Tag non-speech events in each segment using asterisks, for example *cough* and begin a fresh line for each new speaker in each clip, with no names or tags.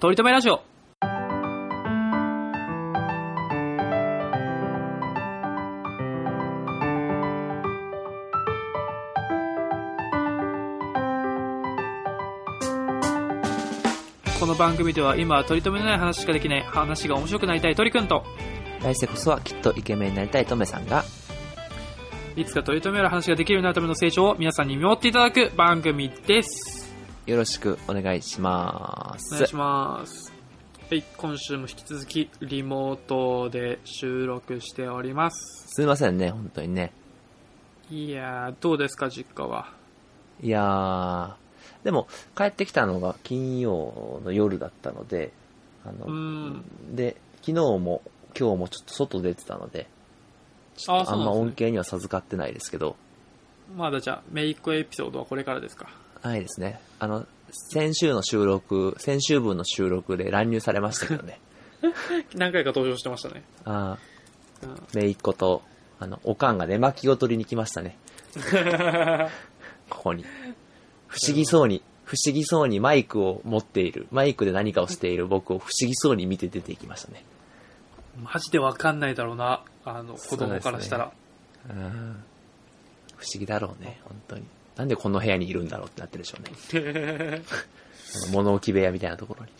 とりとめラジオ。この番組では今は取り留めのない話しかできない話が面白くなりたい鳥くんと
来世こそはきっとイケメンになりたいトメさんが
いつか取り留める話ができるようになるための成長を皆さんに見守っていただく番組です
よろしくお願いしま
お願
す
いしますはい今週も引き続きリモートで収録しております
すいませんね本当にね
いやーどうですか実家はい
やーでも帰ってきたのが金曜の夜だったのであの、
うん
で昨日も今日もちょっと外出てたのでちょっと
あ
あ
そうんなんですね
ま恩恵には授かってないですけど
まだじゃあメイクエピソードはこれからですか
はいですねあの先週の収録先週分の収録で乱入されましたけ
*laughs*
どね
何回か登場してましたね、
あ
うん *laughs*
ーめいっ子とあのおかんがね巻きを取りに来ましたねここに。不思議そうに、不思議そうにマイクを持っている、マイクで何かをしている僕を不思議そうに見て出ていきましたね。
マジでわかんないだろうなあの子供からしたら、
うん。不思議だろうね、本当に。なんでこの部屋にいるんだろうってなってるでしょうね。
*laughs*
あの物置部屋みたいなところに。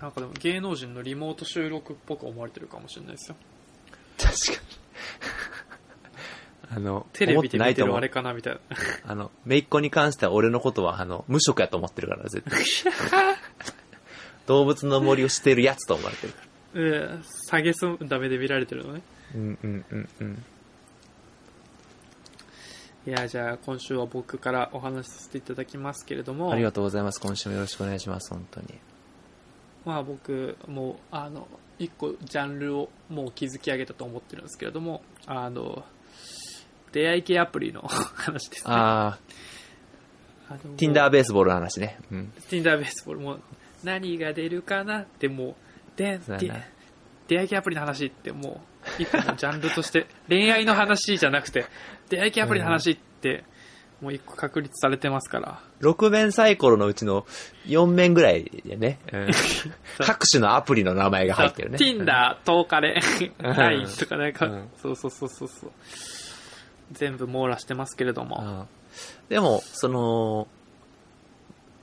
なんかでも芸能人のリモート収録っぽく思われてるかもしれないですよ
確かに。あの、
テレビで
思ってな
見
い
て
と
る
思
あれ
う。
かなみたいな
あの、めいっ子に関しては俺のことは、あの、無職やと思ってるから、絶対。
*laughs*
動物の森をしてるやつと思われてるから。
*laughs* ええ、下げすんだ目で見られてるのね。
うんうんうんうん。
いや、じゃあ今週は僕からお話しさせていただきますけれども、
ありがとうございます。今週もよろしくお願いします。本当に。
まあ僕もう、あの、一個ジャンルをもう築き上げたと思ってるんですけれども、あの、出会い系アプリの話ですね。
あ
あの
ー、Tinder ベースボールの話ね。うん。
Tinder ベースボールも何が出るかなってもう、で
そう、だ
で
な
出会い系アプリの話ってもう、一個のジャンルとして、 *laughs* 恋愛の話じゃなくて、出会い系アプリの話って、もう一個確立されてますから。
6面サイコロのうちの4面ぐらいでね、 *laughs* 各種のアプリの名前が入ってるね。
Tinder、トーカレ、
うん
LINE とかなん
う
か
ん、
そうそうそうそうそう。全部網羅してますけれど
う
も。
ん。でも、その、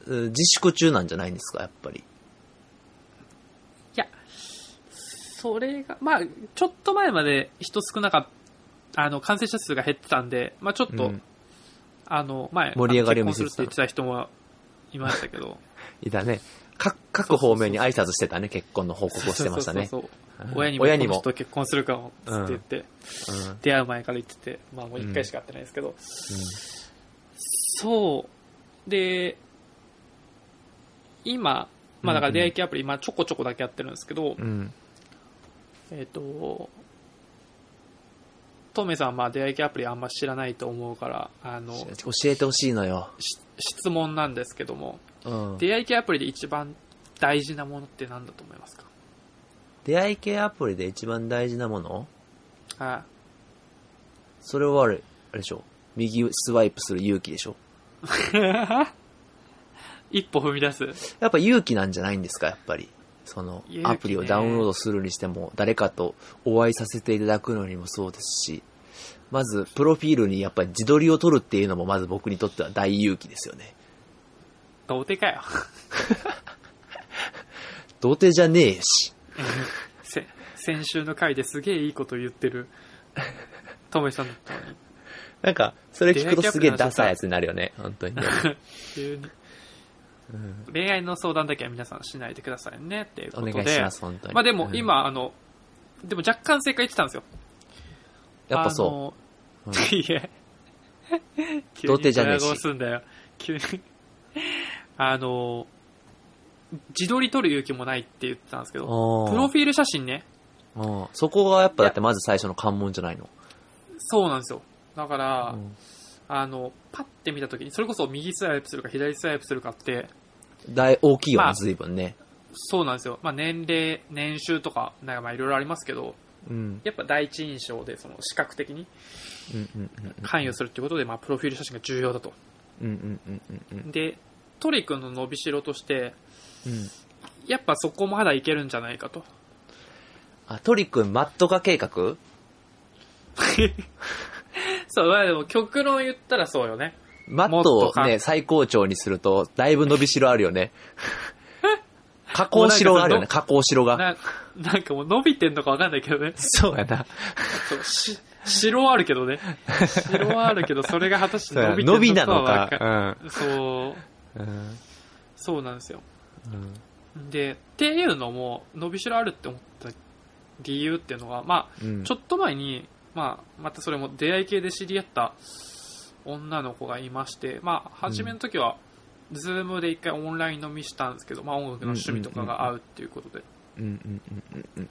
うん自粛中なんじゃないんですか、やっぱり。
いや、それが、まあ、ちょっと前まで人少なかった、あの、感染者数が減ってたんで、まあちょっと、
うん
あの、前、
盛り上がりを見せ
結
て
婚
た
するって言ってた人もいましたけど。
いたね。各、各方面に挨拶してたね、結婚の報告をしてましたね。
そうそうそうそう
うん
親にも、
親
親
に
に
も
も。と結婚するかも、つって言って、
うんうん
出会う前から言ってて、まあもう一回しか会ってないですけど、そう。で、今、まあだから出会い系アプリ、今ちょこちょこだけやってるんですけど、
うん。
えっ、と、トメさん、まあ出会い系アプリあんま知らないと思うから、あの、
教えてほしいのよ。
し質問なんですけども、
うん。
出会い系アプリで一番大事なものって何だと思いますか
出会い系アプリで一番大事なもの
はい。
それはあれ、あれでしょ。右スワイプする勇気でしょ。
一歩踏み出す。
やっぱ勇気なんじゃないんですか、やっぱり。その
勇気、ね
アプリをダウンロードするにしても、誰かとお会いさせていただくのにもそうですし、まず、プロフィールにやっぱり自撮りを撮るっていうのも、まず僕にとっては大勇気ですよね。
どうでかよ。 *laughs*
童貞じゃねえし。
せ先週の回ですげえいいこと言ってる、トメさんだったのに。
なんか、それ聞くとすげえダサいやつになるよね、本
*laughs*
当にね。
急に。恋愛の相談だけは皆さんしないでくださいねっていうこ
お
とで。
願いします、本当に。
まあでも
うん、
今、あの、でも若干正解言ってたんですよ。
やっぱそう。
う
うん
*laughs* いえ。急
童
に
貞じゃねえし
ドヤ顔すんだよ。急に。あの、自撮り撮る勇気もないって言ってたんですけど、
おー
プロフィール写真ね、
うんそこがやっぱだってまず最初の関門じゃないの。
そうなんですよ。だから、
うん
あの、パッて見たときに、それこそ右スワイプするか左スワイプするかって、
大、大きいよ
ま
ね
あ、
随分ね。
そうなんですよ。まあ年齢、年収とか、なんかまあいろいろありますけど、
うん。
やっぱ第一印象で、その視覚的に
うんうんうんうん
関与するっていうことで、まあプロフィール写真が重要だと。
うんうんうんうんうん
で、トリ君の伸びしろとして、
うん。
やっぱそこまだいけるんじゃないかと。 *laughs*
あ、トリ君、マット化計画
そう、まあでも極論言ったらそうよね。
マット
もっと
をね、
か
最高潮にすると、だいぶ伸びしろある
*laughs*
よね。加工しろがあるよね、加工しろが。
ななんかもう伸びてんのかわかんないけどね。
そうやな。
そうし城はあるけ *laughs* どね。城はあるけど、それが果たして
そうや
伸
な
びてんの
伸びな
か
の
はわかん
か。
そう、
うん。うん
そうなんですよ。
うん
で、っていうのも、伸びしろあるって思った理由っていうのが、まあ、
うん
ちょっと前に、まあ、またそれも出会い系で知り合った女の子がいまして、まあ、初めの時は、ズームで一回オンライン飲みしたんですけど、まあ、音楽の趣味とかが合うっていうことで。
うんうんうんうん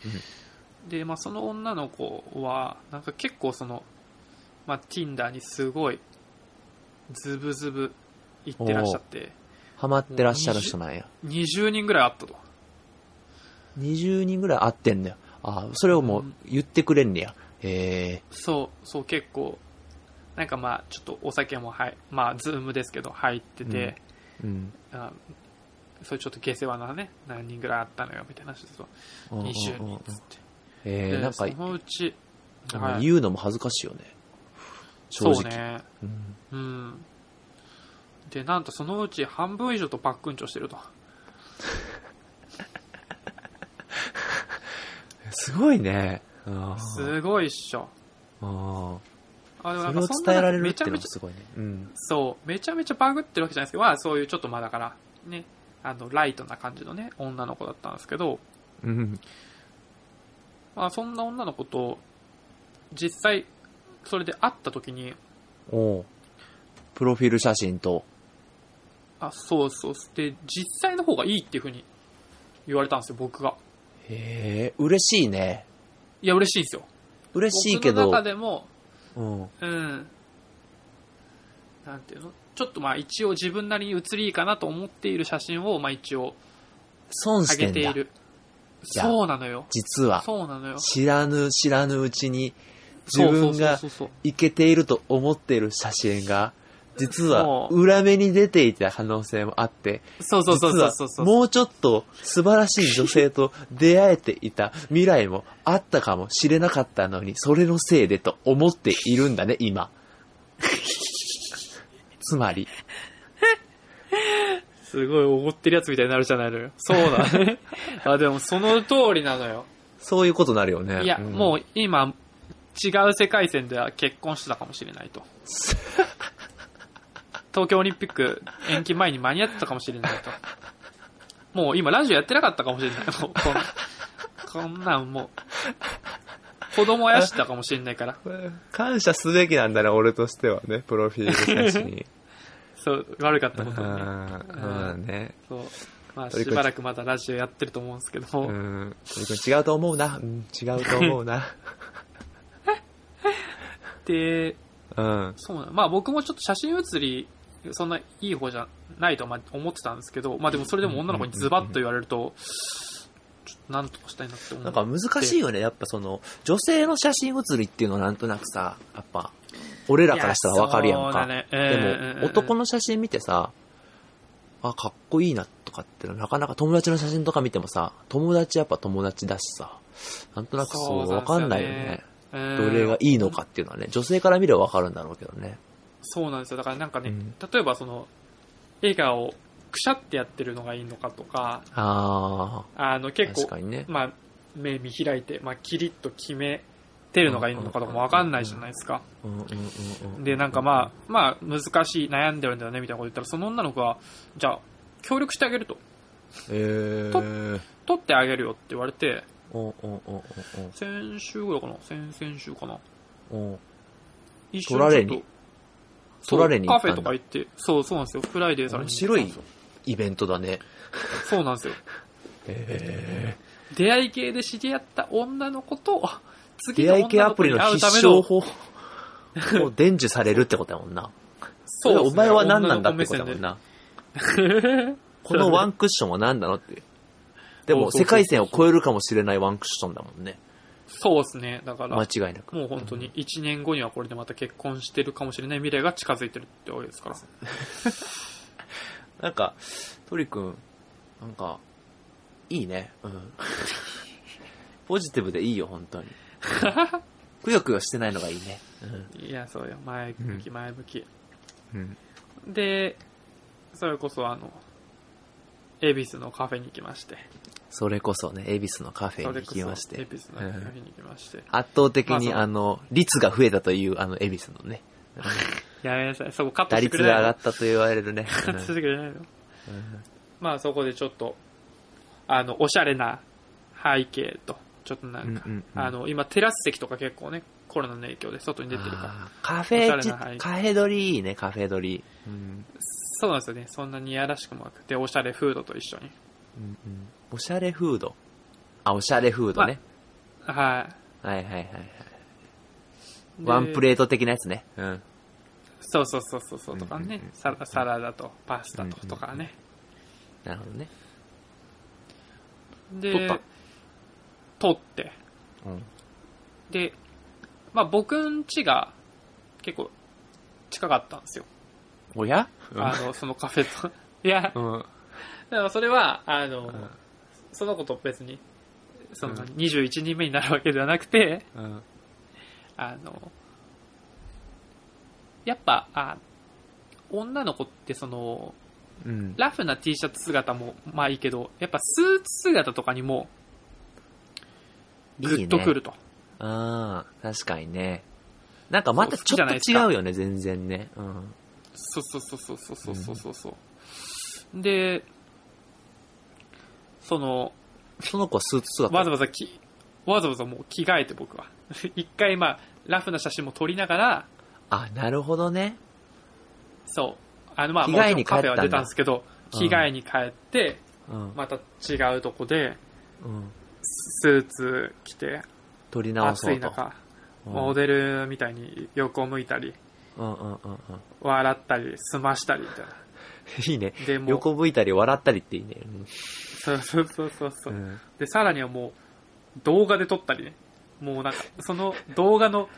で、まあ、その女の子は、なんか結構その、まあ、Tinder にすごい、ズブズブ行ってらっしゃって、
ハマってらっしゃる人なんや。
20人ぐらいあったと。
20人ぐらい会ってんだよ。あそれをもう言ってくれんねや。へえ
そう、そう、結構、なんかまあ、ちょっとお酒もはい、まあ、ズームですけど、入ってて、
うん。
あそういうちょっと下世話なね、何人ぐらいあったのよ、みたいな話ですわ。20人っつって。
え
で
なんか、
そのうち、
うん
はい、
言うのも恥ずかしいよね。正
そう
直。
ね。
うん
うん。で、なんとそのうち半分以上とパックンチョしてると。
すごいね。うん
すごいっしょ。
うん
あでもなんか
それを
んな
伝えられるっ
めち
て
ゃ
いうの
め
も
ちゃ、
すごいね。うん。
そう、めちゃめちゃバグってるわけじゃないですけど、まあそういうちょっとまあだから、ね、あの、ライトな感じのね、女の子だったんですけど、
うん。
まあそんな女の子と、実際、それで会った時に、
おうプロフィール写真と。
あ、そうそう、で、実際の方がいいっていうふうに言われたんですよ、僕が。
へえ、嬉しいね。
いや、嬉しいんですよ。
嬉しいけど
僕の、中でも、
うん。
うん。なんていうのちょっとまあ一応自分なりに写りいいかなと思っている写真をまあ一応
損し
上
て
げてい
んだ。
る。
じゃあ
そうなのよ。
実は、
そうなのよ。
知らぬ知らぬうちに、自
そ
分が
うそうそうそう
いけていると思っている写真が、実は
そ
裏目に出ていた可能性もあって、
そうそうそうそう
実
そ
は
うそう。
もうちょっと素晴らしい女性と出会えていた未来もあったかもしれなかったのに、それのせいでと思っているんだね、
*laughs*
今。つまり、
すごい思ってるやつみたいになるじゃないのよ。そうだ
*laughs*
ね。あ、でもその通りなのよ。
そういうことになるよね。
いや、
うん
もう今、違う世界線では結婚してたかもしれ
*laughs*
ないと。東京オリンピック延期前に間に合ってたかもしれないと。もう今ラジオやってなかったかもしれない。もうこん
*laughs*
こんなんもう、子供やしてたかもしれないから。
感謝すべきなんだね、俺としてはね、プロフィール写 *laughs* 真。
そう、悪かった
う
ことにね。
ん、うんね。
そう。まあ、
取
し
り込み
ばらくまだラジオやってると思うんですけど、
うん。違うと思うな。うん、違うと思う *laughs* な。
で、
うん。
そうなのまあ僕もちょっと写真写り、そんないい方じゃないとまあ思ってたんですけど、まあでもそれでも女の子にズバッと言われると、ちょっとなんとかしたいなって思う。
なんか難しいよね。やっぱその、女性の写真写りっていうのはなんとなくさ、やっぱ、俺らからしたらわかるやんか。でも、男
の、
の写真見てさ、あ、かっこいいなとかってのなかなか友達の写真とか見てもさ、友達やっぱ友達だしさ、なんとなくそう
そうな
わ
んですよね
かんないよね。
うん
どれがいいのかっていうのはね、女性から見ればわかるんだろうけどね。
そうなんですよ。だからなんかね、
うん
例えばその、笑顔をくしゃってやってるのがいいのかとか、
あ
あの
ー、
結
確
構
か、にね。
まあ目見開いて、まあキリッと決めてるのがいいのかとかもわかんないじゃないですか。
うんうんうんうん
で、なんかまあ、まあ、難しい、悩んでるんだよね、みたいなこと言ったら、その女の子は、じゃあ、協力してあげると。
えー、
取ってあげるよって言われて、
おんおんおん
先週ぐらいかな先々週かな
おんおん
一緒
取られに
ちょっと
取られに
そう
行
カフ
っ
ェ
たん
と
だ
か行って、そう、そうなんですよ。フライデーさんに
面白いイベントだね。
そうなんですよ。
え
出会い系で知り合った女の子と、次
出
の
会い系
女
ア
の
プ
子
リ
に
の
会う
必
ため
勝
の、
法を伝授されるってことやもんな。
そ
お前は何なんだって
て
ことやもん
な。
な。 *laughs* このワンクッションは何なのって。でも、世界線を超えるかもしれないワンクッションだもんね。
そうですね。だから、
間
も
違いなく。
う本当に1年後にはこれでまた結婚してるかもしれない未来が近づいてるってわけですから。
なんか、トリ君、なんか、いいね。うん。 *laughs* ポジティブでいいよ、本当
*laughs*
に。くよくよしてないのがいいね。
いや、そうよ。前向き、前向き。
うん。
で、それこそ、あの、恵比寿のカフェに行きまして。
それこそね、恵比寿のカフェ
そ
に
れ
行
こ
き
そ
まして。
恵比寿のカ
うん
フェに行きまして。
圧倒的に、
まあそう
あの、率が増えたという、あの、恵比寿のね、
*laughs* やめなさい。そこカット
打
してく
率
れな
が
いの
上がったと言われるね。
カットしてくれないのまあそこでちょっと、あの、おしゃれな背景と、ちょっとなんか、
うんうんうん
あの、今テラス席とか結構ね、コロナの影響で外 *laughs* に出てるから、
あーカフェ
おしゃれな配
ち、
置
カフェドリいいね、カフェドリ。うん
そうなんですよね。そんなにいやらしくもなくて、おしゃれフードと一緒に。
うんうんおしゃれフード。あ、おしゃれフードね。
は
はいはいはいはい。
い。で
ワンプレート的なやつね。うん。
そうそうそうそうそうとかね、
うんうんうん
サラサラダとパスタと,、
うんうん
とかね。
なるほどね。
で、
取った
取って、
うん。
で、まあ僕ん家が結構近かったんですよ。
おや
あの、そのカフェと。 *laughs* いや、
うん。
だからそれは、あの、
ん
その子と別に、その
うん
21人目になるわけではなくて、
うん。
あの、やっぱ、あ女の子ってその、
うん。
ラフな T シャツ姿も、まあいいけど、やっぱスーツ姿とかにも、グッとくると。
ああ、確かにね。なんかまた
そう好き
ち
じ
ょ
ゃな
っ
い
と
です
違
か
うよね、全然ね。うん。
そうそうそうそうそうそうそうそう。うで、その、
その子スーツ姿。
わざわざき、わざわざもう着替えて僕は。 *laughs* 一回まあ、ラフな写真も撮りながら、
あ、なるほどね。
そう。あの、まあ、
着
も
替
ち
え
ろん
に帰
カ
った
フ
ん
ェ
だ
は出たんですけど、
うん
着替えに帰って、
うん。
また違うとこで、
うん。
スーツ着て、
撮り直そ
暑
う
い
と。
中、
うん
モデルみたいに横を向いたり、
うんうんうんうん。
笑ったり、済ましたりみたいな。
いいね。
でもう
横向いたり笑ったりっていいね。
そうそうそうそうそうう、
ん。うん
で、さらにはもう、動画で撮ったりね。もうなんか、その動画の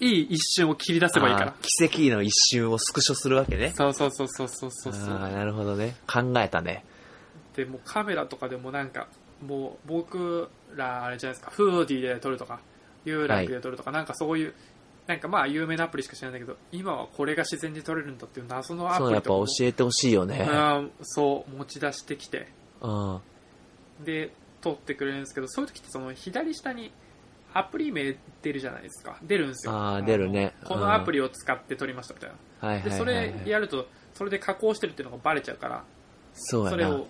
いい一瞬を切り出せばいいから
あ。ー奇跡の一瞬をスクショするわけね。
そうそうそうそうそうそうそ
ああ、
う。
なるほどね。考えたね。
で、もうカメラとかでもなんか、もう僕ら、あれじゃないですか、フーディーで撮るとか、ユーライブで撮るとか、なんかそういう、なんかまあ有名なアプリしか知らないんだけど、今はこれが自然に撮れるんだっていう謎のアプ
そう、や
リ
っぱ教
と
えてほしいよね。
かも、うん、そう、持ち出してきて、
うん。
で、撮ってくれるんですけど、そういう時ってその左下にアプリ名出るじゃないですか。出るんですよ。
あー
の
出るね
こ
うん
のアプリを使って撮りましたみたいな。
はいはいはい、はい。
で、それやると、それで加工してるっていうのがバレちゃうから、
そう
そ
や
れ
な
を。、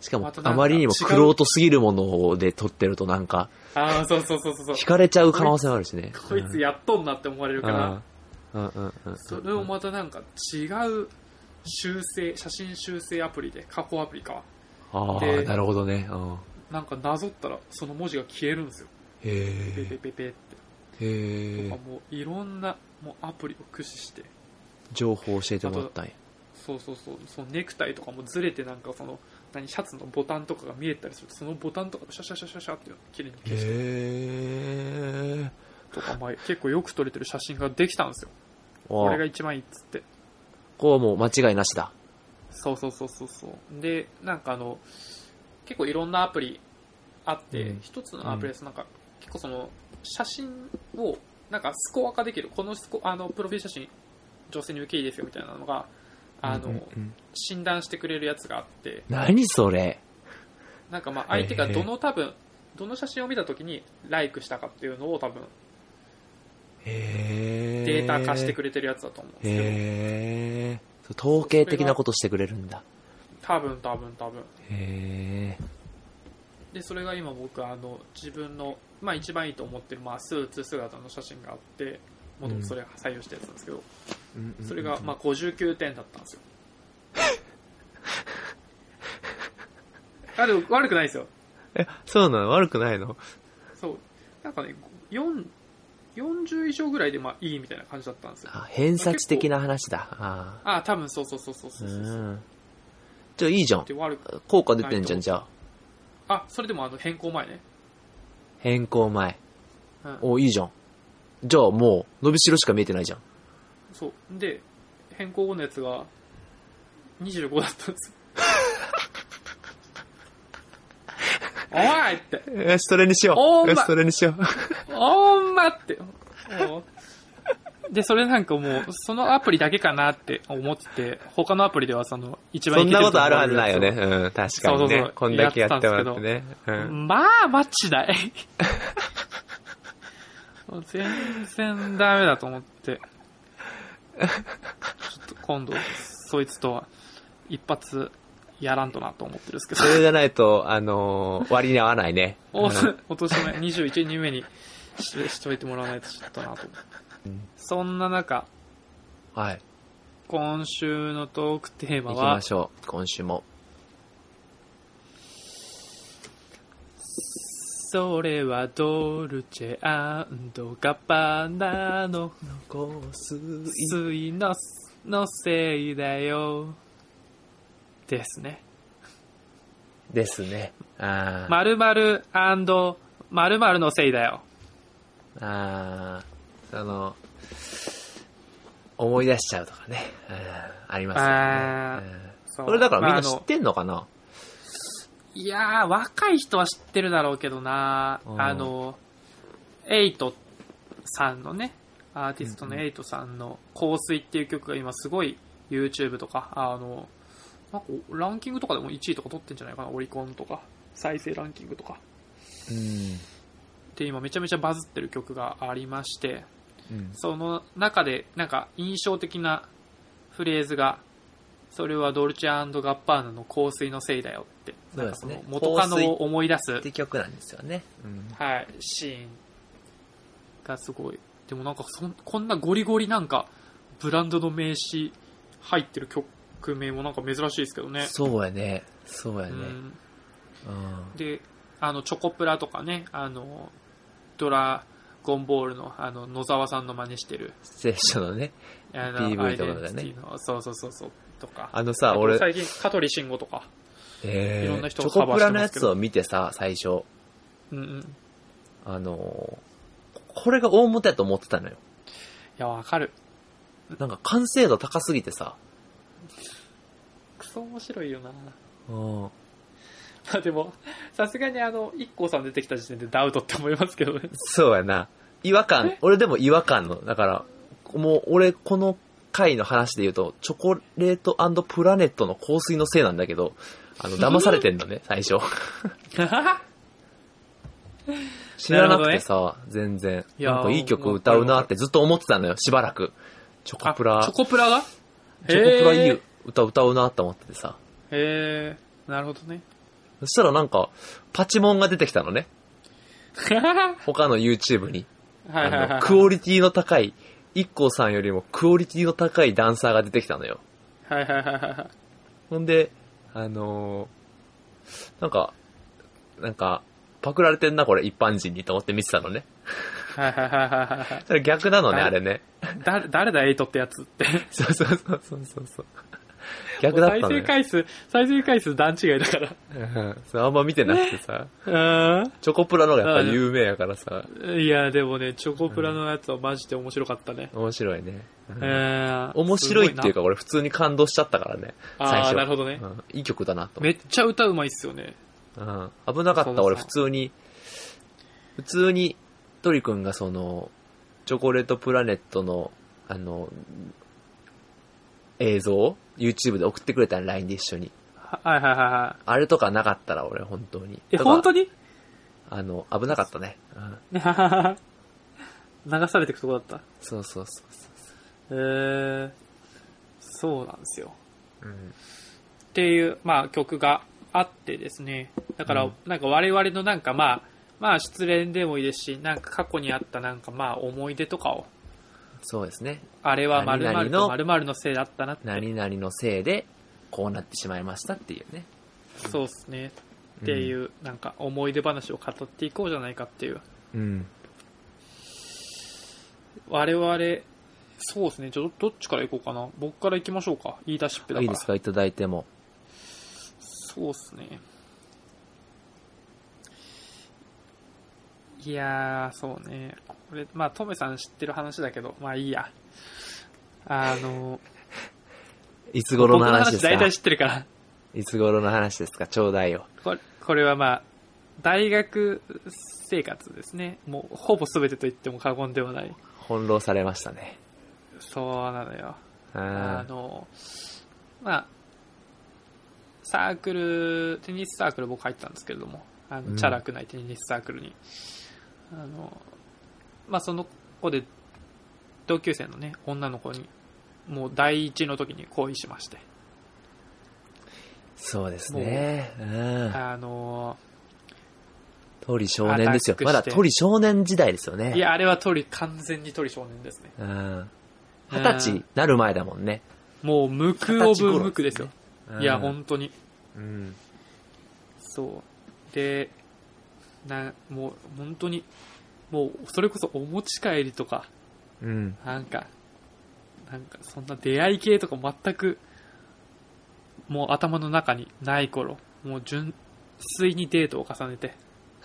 しかも
また、なん
あ
か
まりにも
違う
クロートすぎるもので撮ってるとなんか、
ああ、そうそうそうそう
惹
そ
かれちゃう可能性もあるしね。
う。こいつやっとんなって思われるから、
うんうんうんうん。
それをまたなんか違う修正、写真修正アプリで、加工アプリか。
ああ、
で
なるほどね。うん。
なんかなぞったら、その文字が消えるんですよ。
へ
ペペ *laughs*
え。
ペペって。
へ
とか
え。
もういろんなもうアプリを駆使して。
情報教えてもらったんや。
そうそうそうそのネクタイとかもずれてなんかその何シャツのボタンとかが見えたりするとそのボタンとかもシャシャシャシャシャって綺麗に消して
へえ。
とか、まあ、結構よく撮れてる写真ができたんですよこ
こ
れが一番いいっつって
こうもう間違いなしだ。
そうそうそうそうそうでなんかあの結構いろんなアプリあって、
うん
一つのアプリです、なんか結構その写真をなんかスコア化できるこのスコあのプロフィール写真女性に受けいいですよみたいなのがあの、
うんうんうん
診断してくれるやつがあって
何それ
なんかまあ相手がど
へ
の多分、どの写真を見たときにライクしたかっていうのを多分
へえ。
データ化してく
れ
れてるやつだと思うんですけど、
へえ。そう統計的なことしてくれるんだ。
多分多分多分。
へえ。
で、それが今僕あの自分の、まあ一番いいと思ってるまあスーツ姿の写真があって、もともとそれ採用したやつなんですけど、それがまあ59点だったんですよ。悪悪くないですよ。
え、そうなの悪くないの
そう。なんかね、4 40以上ぐらいでまあいいみたいな感じだったんですよ。
あ、偏差値的な話だ。あ
ああ、多分そうそうそうそう
あ。
そううそう。
ん。じゃあいいじゃん
で。悪く
効果出てんじゃん、じゃあ。
あそれでもあの変更前ね、
変更前。
うん、
お、いいじゃん。じゃあもう、伸びしろしか見えてないじゃん。
そうで変更後のやつが25だったんですよおいって、
よし、それにしよ
お
う。
ー
よ
ま
し、それにしよう。
おんまって。もうで、それなんかもう、そのアプリだけかなって思ってて、他のアプリではその、一番
*laughs* そ
い
ん
けて
な
る
ことある
思
は
う
ず
や
ない
つ
よ
を
*laughs* ね。うん、確かに
そうそうそ
ね
う。
こんだけやってもらってね。うん。
まあ、マッチない。 *laughs* もう全然ダメだと思って。ちょっと今度、そいつとは一発やらんとなと思ってるんですけど
そ。れじゃないと、あのー割に合わないね。
お
うん
おとしめ、21人目にししといてもらわないとちょっとなと思って。
うん
そんな中、
はい。
今週のトークテーマ
行き
は
ま、しょう。今週も。
それはドルチェガバナの
残す
水ののせいだよ。ですね。
ですね。あー。
〇〇〇〇のせいだよ。
あーその、思い出しちゃうとかね。うんありますよねうん。これだからみんな知ってんのかな、
いやー、若い人は知ってるだろうけどな、
うん
あの、エイトさんのね、アーティストのエイトさんの香水っていう曲が今すごい YouTube とか、あの、なんかランキングとかでも1位とか取ってんじゃないかな、オリコンとか、再生ランキングとか。で、今めちゃめちゃバズってる曲がありまして、
うん。
その中でなんか印象的なフレーズが、それはドルチェガッパーナの香水のせいだよって、
そ
な
う
ん
で
か
す
そ
ね
の元カノを思い出す
って曲なんですよね。うん
はい、シーンがすごい。でもなんかそん、こんなゴリゴリなんか、ブランドの名刺入ってる曲名もなんか珍しいですけどね。
そうやね。そうや
うん、
ね。うん
で、あの、チョコプラとかね、あの、ドラゴンボールのあの野沢さんの真似してる、
聖書のね。
あの、
PV とかだね
アイデンティティの、そうそうそうそう、とか。
あの
あ
さ、
と
俺、
最近、香取慎吾とか。
えー
いろんな人
チ
が
ョ
カ
コ
バーし
プラ
て
の
ま
や
すけ
つ
ど
を見てさ、最初、
うんうん。い
あのーこれが大元やと思ってたのよ。
や、わかる。
なんか完成度高すぎてさ、
くそ面白いよな。
うん
まあでも、さすがにあの、一 k さん出てきた時点でダウトって思いますけどね。
そうやな。違和感
え、
俺でも違和感の、だから、もう俺この回の話で言うと、チョコレートプラネットの香水のせいなんだけど、あの、騙されてんのね、最初。知らなくてさ、全然。
いやー
なんかいい曲歌うなってずっと思ってたのよ、しばらく。チョコプラ、
あチ
チョ
ョコプラが
コプラい
へ
い歌歌うなって思っててさ。
え。へーなるほどね。
そしたらなんか、パチモンが出てきたのね。他の YouTube に。
はいはい
あ
は
の
い。
クオリティの高い、IKKO さんよりもクオリティの高いダンサーが出てきたのよ。
はいはいはいはいはい。
ほんで、あのーなんか、なんか、パクられてんな、これ、一般人にと思って見てたのね。
はいはいはいはいはい
それ逆なのね、
はい
あれね。
だ誰だ、エイトってやつって。
そうそうそうそうそうそう。逆だったの
再生
ね。
回数、再生回数段違いだか
うんそうあんま見てなくてさ、
ら。う
チョコプラの方がやっぱ有名やからさ、
ーん。いや、でもね、チョコプラのやつはマジで面白かったね。
面白いね。うん
えー
面白いってい
す
うか、俺普通に感動しちゃったからね。
ごいな
最
あ
初
ー、なるほどね
う。んいい曲だなと思って
めっちゃ歌うまいっすよね。
うん。危なか
そ
っ
うそ
た、
う
俺普通に、普通に、トリ君がその、チョコレートプラネットの、あの、映像を YouTube で送ってくれたの LINE で一緒に。
ははいはいはいは
あれとかなかったら俺本当に。
い。え、本当
に
に
あの、危なかったね。うん。
流 *laughs* されてくとこだった。
そうそうそうそ
へーそうなんですよ。
う。うん。
っていう、まあ、曲があってですね。だから、
うん
なんか我々のなんかまあ、まあ失恋でもいいですし、なんか過去にあったなんかまあ思い出とかを、
そうですね。
あれは〇
何
〇
々の
と〇〇のせいだったなって。
何々のせいで、こうなってしまいましたっていうね。
そうですね。っていう、なんか思い出話を語っていこうじゃないかっていう。
うん。
我々、そうですね。ちょっとどっちから行こうかな。僕から行きましょうか。言い出しっぺだから。
いいですか、いただいても。
そうっすね。いやー、そうね。これ、まあ、トメさん知ってる話だけど、まあいいや。あの、
いつ頃の話です
僕の話大体
か
知ってるから。
いつ頃の話ですかちょうだいよ。
これ、これはまあ、大学生活ですね。もう、ほぼ全てと言っても過言ではない。
翻弄されましたね。
そうなのよ。
う
あ
ん。
の、まあ、サークル、テニスサークル僕入ったんですけれども、あ
う
の、
ん
チャラくないテニスサークルに。あの、まあ、その子で、同級生のね、女の子に、もう第一の時に恋しまして、
そうですね。うん。
あの、
鳥少年ですよ
ア。タック
まだ
して
鳥少年時代ですよね。
いや、あれは鳥、完全に鳥少年ですね。
うん。二十歳になる前だもんね。
もう、無垢オブ無垢ですよ。
うん
いや、本当に。
うん。
そう。で、な、もう、本当に、もう、それこそお持ち帰りとか、
うん。
なんか、なんか、そんな出会い系とか全く、もう頭の中にない頃、もう純粋にデートを重ねて、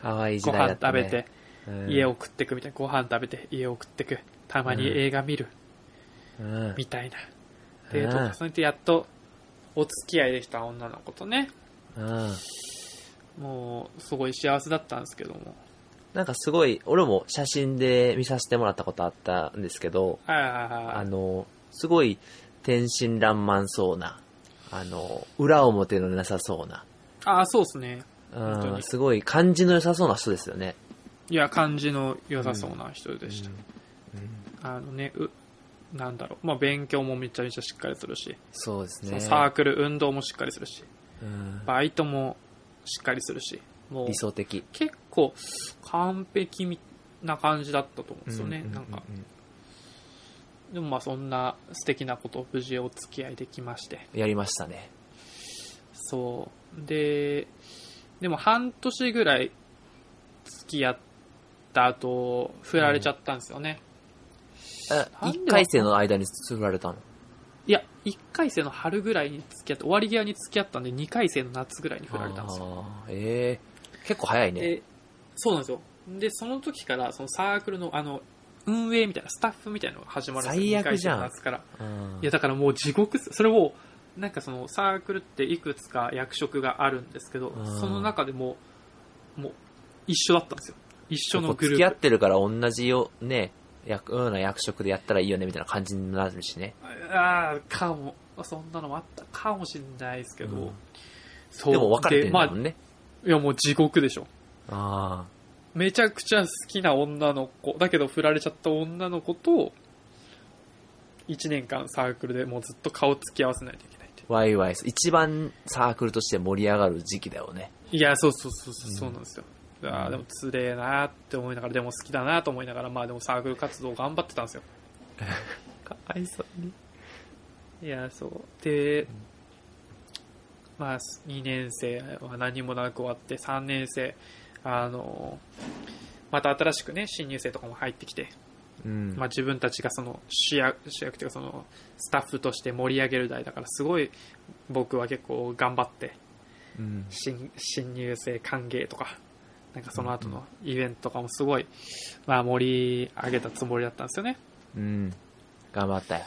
可愛い時
ご
代
飯
だった
食
ね。
べて、
うん
家を。食ってくみたいな、ご飯食べて、家を食ってく、たまに
うん
映画見る、
うん。
みたいな、デートを重ねて、やっと、お付き合いできた女の子とね、
うん。
もう、すごい幸せだったんですけども。
なんかすごい、俺も写真で見させてもらったことあったんですけど、
はいはいはい
あ
はい。
の、すごい天真爛漫そうな、あの、裏表のなさそうな、
ああ、そうですね。本当
うん、
に
すごい感じの良さそうな人ですよね。
いや、感じの良さそうな人でした。
うん
あのね、う、なんだろう、まあ、勉強もめちゃめちゃしっかりするし、
そうです
そ
ね
の。サークル、運動もしっかりするし、
うん
バイトもしっかりするし、もう
理、想的。
結構、完璧みな感じだったと思うんですよね。
ううう
なんか、でもまあ、そんな素敵なこと、無事お付き合いできまして、
やりましたね。
そう。で、でも半年ぐらい付き合った後、振られちゃったんですよね。
あ
なんで
一回生の間に釣られたの。
いや、1回生の春ぐらいに付き合って、終わり際に付き合ったんで、2回生の夏ぐらいに振られたんですよ。
あーええ結構早いね。
で、そうなんですよ。で、その時から、そのサークルの、あの、運営みたいな、スタッフみたいなのが始まるんですよ。
最悪じゃ
2
ん
回生の夏から。
うん
いや、だからもう地獄っす、それを、なんかそのサークルっていくつか役職があるんですけど
うん、
その中でもう、もう、一緒だったんですよ。一緒の
こう
グ
付
ル
き合
ー
っ
プ。
てるから同じよ、ね、役、ような役職でやったらいいよね、みたいな感じになるしね。
ああ、かも、そんなのもあったかもしれないですけど、
うん
そう
でも別れてる
で
ん
ま
だ
あ
もんね。
いや、もう地獄でしょ。
あ
めちゃくちゃ好きな女の子、だけど振られちゃった女の子と、1年間サークルでもうずっと顔つき合わせないといけないって。
あ、ワイワイ、一番サークルとして盛り上がる時期だよね。
いや、そうそうそうそう、そうなんですよ。
ん
ああ、でもつれえなーって思いながら、でも好きだなと思いながら、まあでもサークル活動頑張ってたんですよ。 *laughs*
かわいそうに。
いや、そう。で、まあ、2年生は何もなく終わって、3年生、あの、また新しくね、新入生とかも入ってきて、
うん。
まあ、自分たちがその主役主役というかそのスタッフとして盛り上げる代だからすごい僕は結構頑張って
うん
新新入生歓迎とかなんかその後のイベントとかもすごい、まあ、盛り上げたつもりだったんですよね。
うん。頑張ったよ。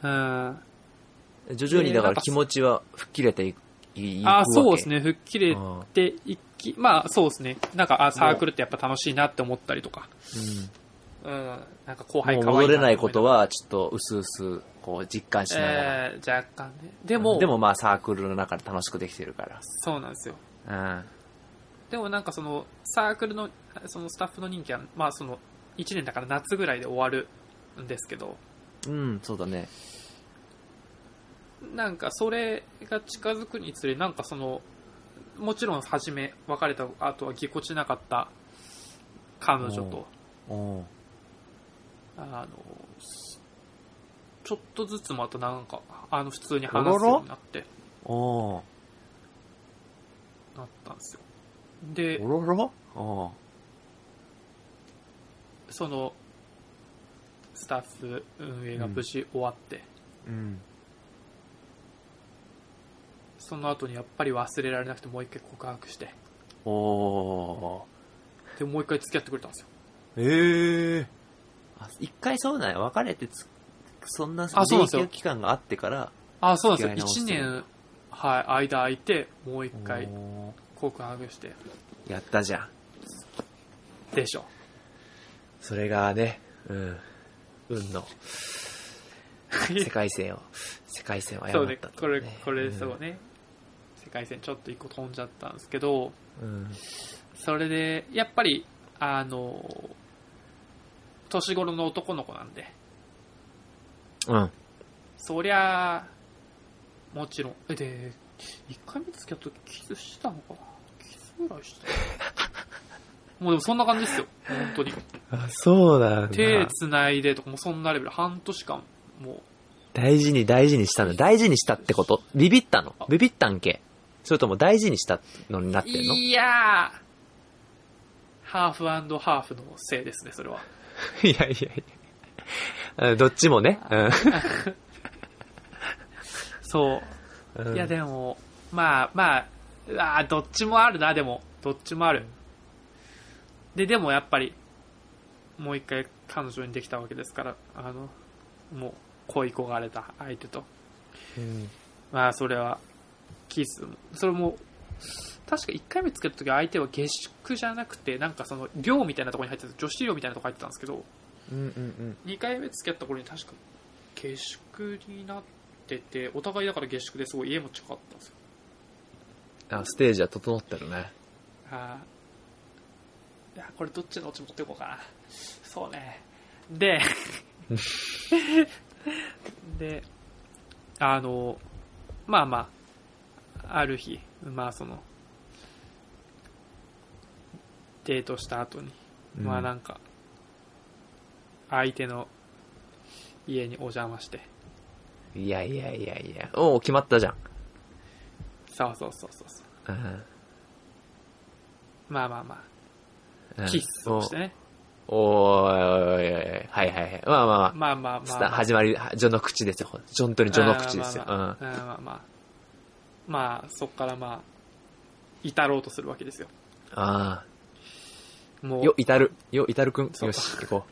うん、あ
徐々にだから気持ちは吹っ切れていく。いくわ
あ
け
そうです。ね吹っ切れ
うん
ていきまあそうですねなんかあサークルってやっぱ楽しいなって思ったりとか,、うん、なんか後
うん
輩可
もう
愛い
戻
な
れないこと
は、
は、ちょっと薄々、こう、実感しながら。
えー若干ねでも
でもまあサークルの中で楽しくできてるか
そうなんですよ
ら。うん。
でもなんかそのサークルのそのスタッフの任期は、まあ、その1年だから夏ぐらいで終わるんですけど
うん、そうだね。
なんかそれが近づくにつれなんかそのもちろん初め別れた後はぎこちなかった彼女
おう
と
おう
あのちょっとずつまたなんかあの普通に話すようになって
おう
なったんですよで
おろろおう
そのスタッフ運営が無事終わって、
うん。
その後にやっぱり忘れられなくてもう一回告白して
おお
でもう一回付き合ってくれたんですよ
ええあ一回そうなんや。別れてつ、そんな、
あそうなんですよ
勉強期間があってから、
あそうなんですよ
付き合い直
1
して
年、はい、間空いてもう一回
おー
告白して
やったじゃん。
でしょ。
それがね、うん。運の世
*laughs*
界線を、世界線を
そう
誤っ
ね
た、と
これ、
ね、
これ、そうね。世界線ちょっと一個飛んじゃったんですけど、
うん。
それで、やっぱり、あの、年頃の男の子なんで、
うん。
そりゃあ、もちろん。え、で、一回目付き合った時キスしたのかなキスぐらい *laughs* したよ。もうでもそんな感じですよ。本当に。
あ、そうなん
手
だ。
繋いでとかもうそんなレベル。半年間、も
大事に大事にしたの。大事にしたってことビビったの
あ
ビビったんけそれとも大事にしたのになっ
う。
てんのい
いやーハーフハーフのせいですね、それは。
*laughs* やいやいやうん。どっちもね。うん
そう。
うん。
いや、でも、まあまあ、うわあどっちもあるな、でも。どっちもある。で、でもやっぱり、もう一回彼女にできたわけですから、あの、もう恋焦がれた相手と。
うん
まあ、それは、キスも、それも、確か1回目つけた時は相手は下宿じゃなくて、なんかその寮みたいなところに入ってた、女子寮みたいなところに入ってたんですけど、
うんうん
2回目付き合った頃に確か下宿になってて、お互いだから下宿ですごい家も近かったんですよ
うん。あ、ステージは整ってるね。
あーいやこれどっちのオチ持っていこうかなそうね
*laughs*
でであのまあまあある日まあそのデートした後に、
うん
まあなんか相手の家にお邪魔して
いやいやいやいや。おお、決まったじゃん。
そうそうそうそうそう
うん
まあまあま
うん
あキスをしてね
おーいおいおいおい、はいはいはい。まあまあま
ま
あ。
あまあまあ、
ス
ま
タ
あ、
始まり、序の口ですよ。本当に序の口ですよ。う
あーまあ
ん。
まあまあまあ、まあ、そこからまあ至ろうとするわけですよ
あ
も
あ。
う
よ、至る。よ、至るくん。
そう
よし、行こ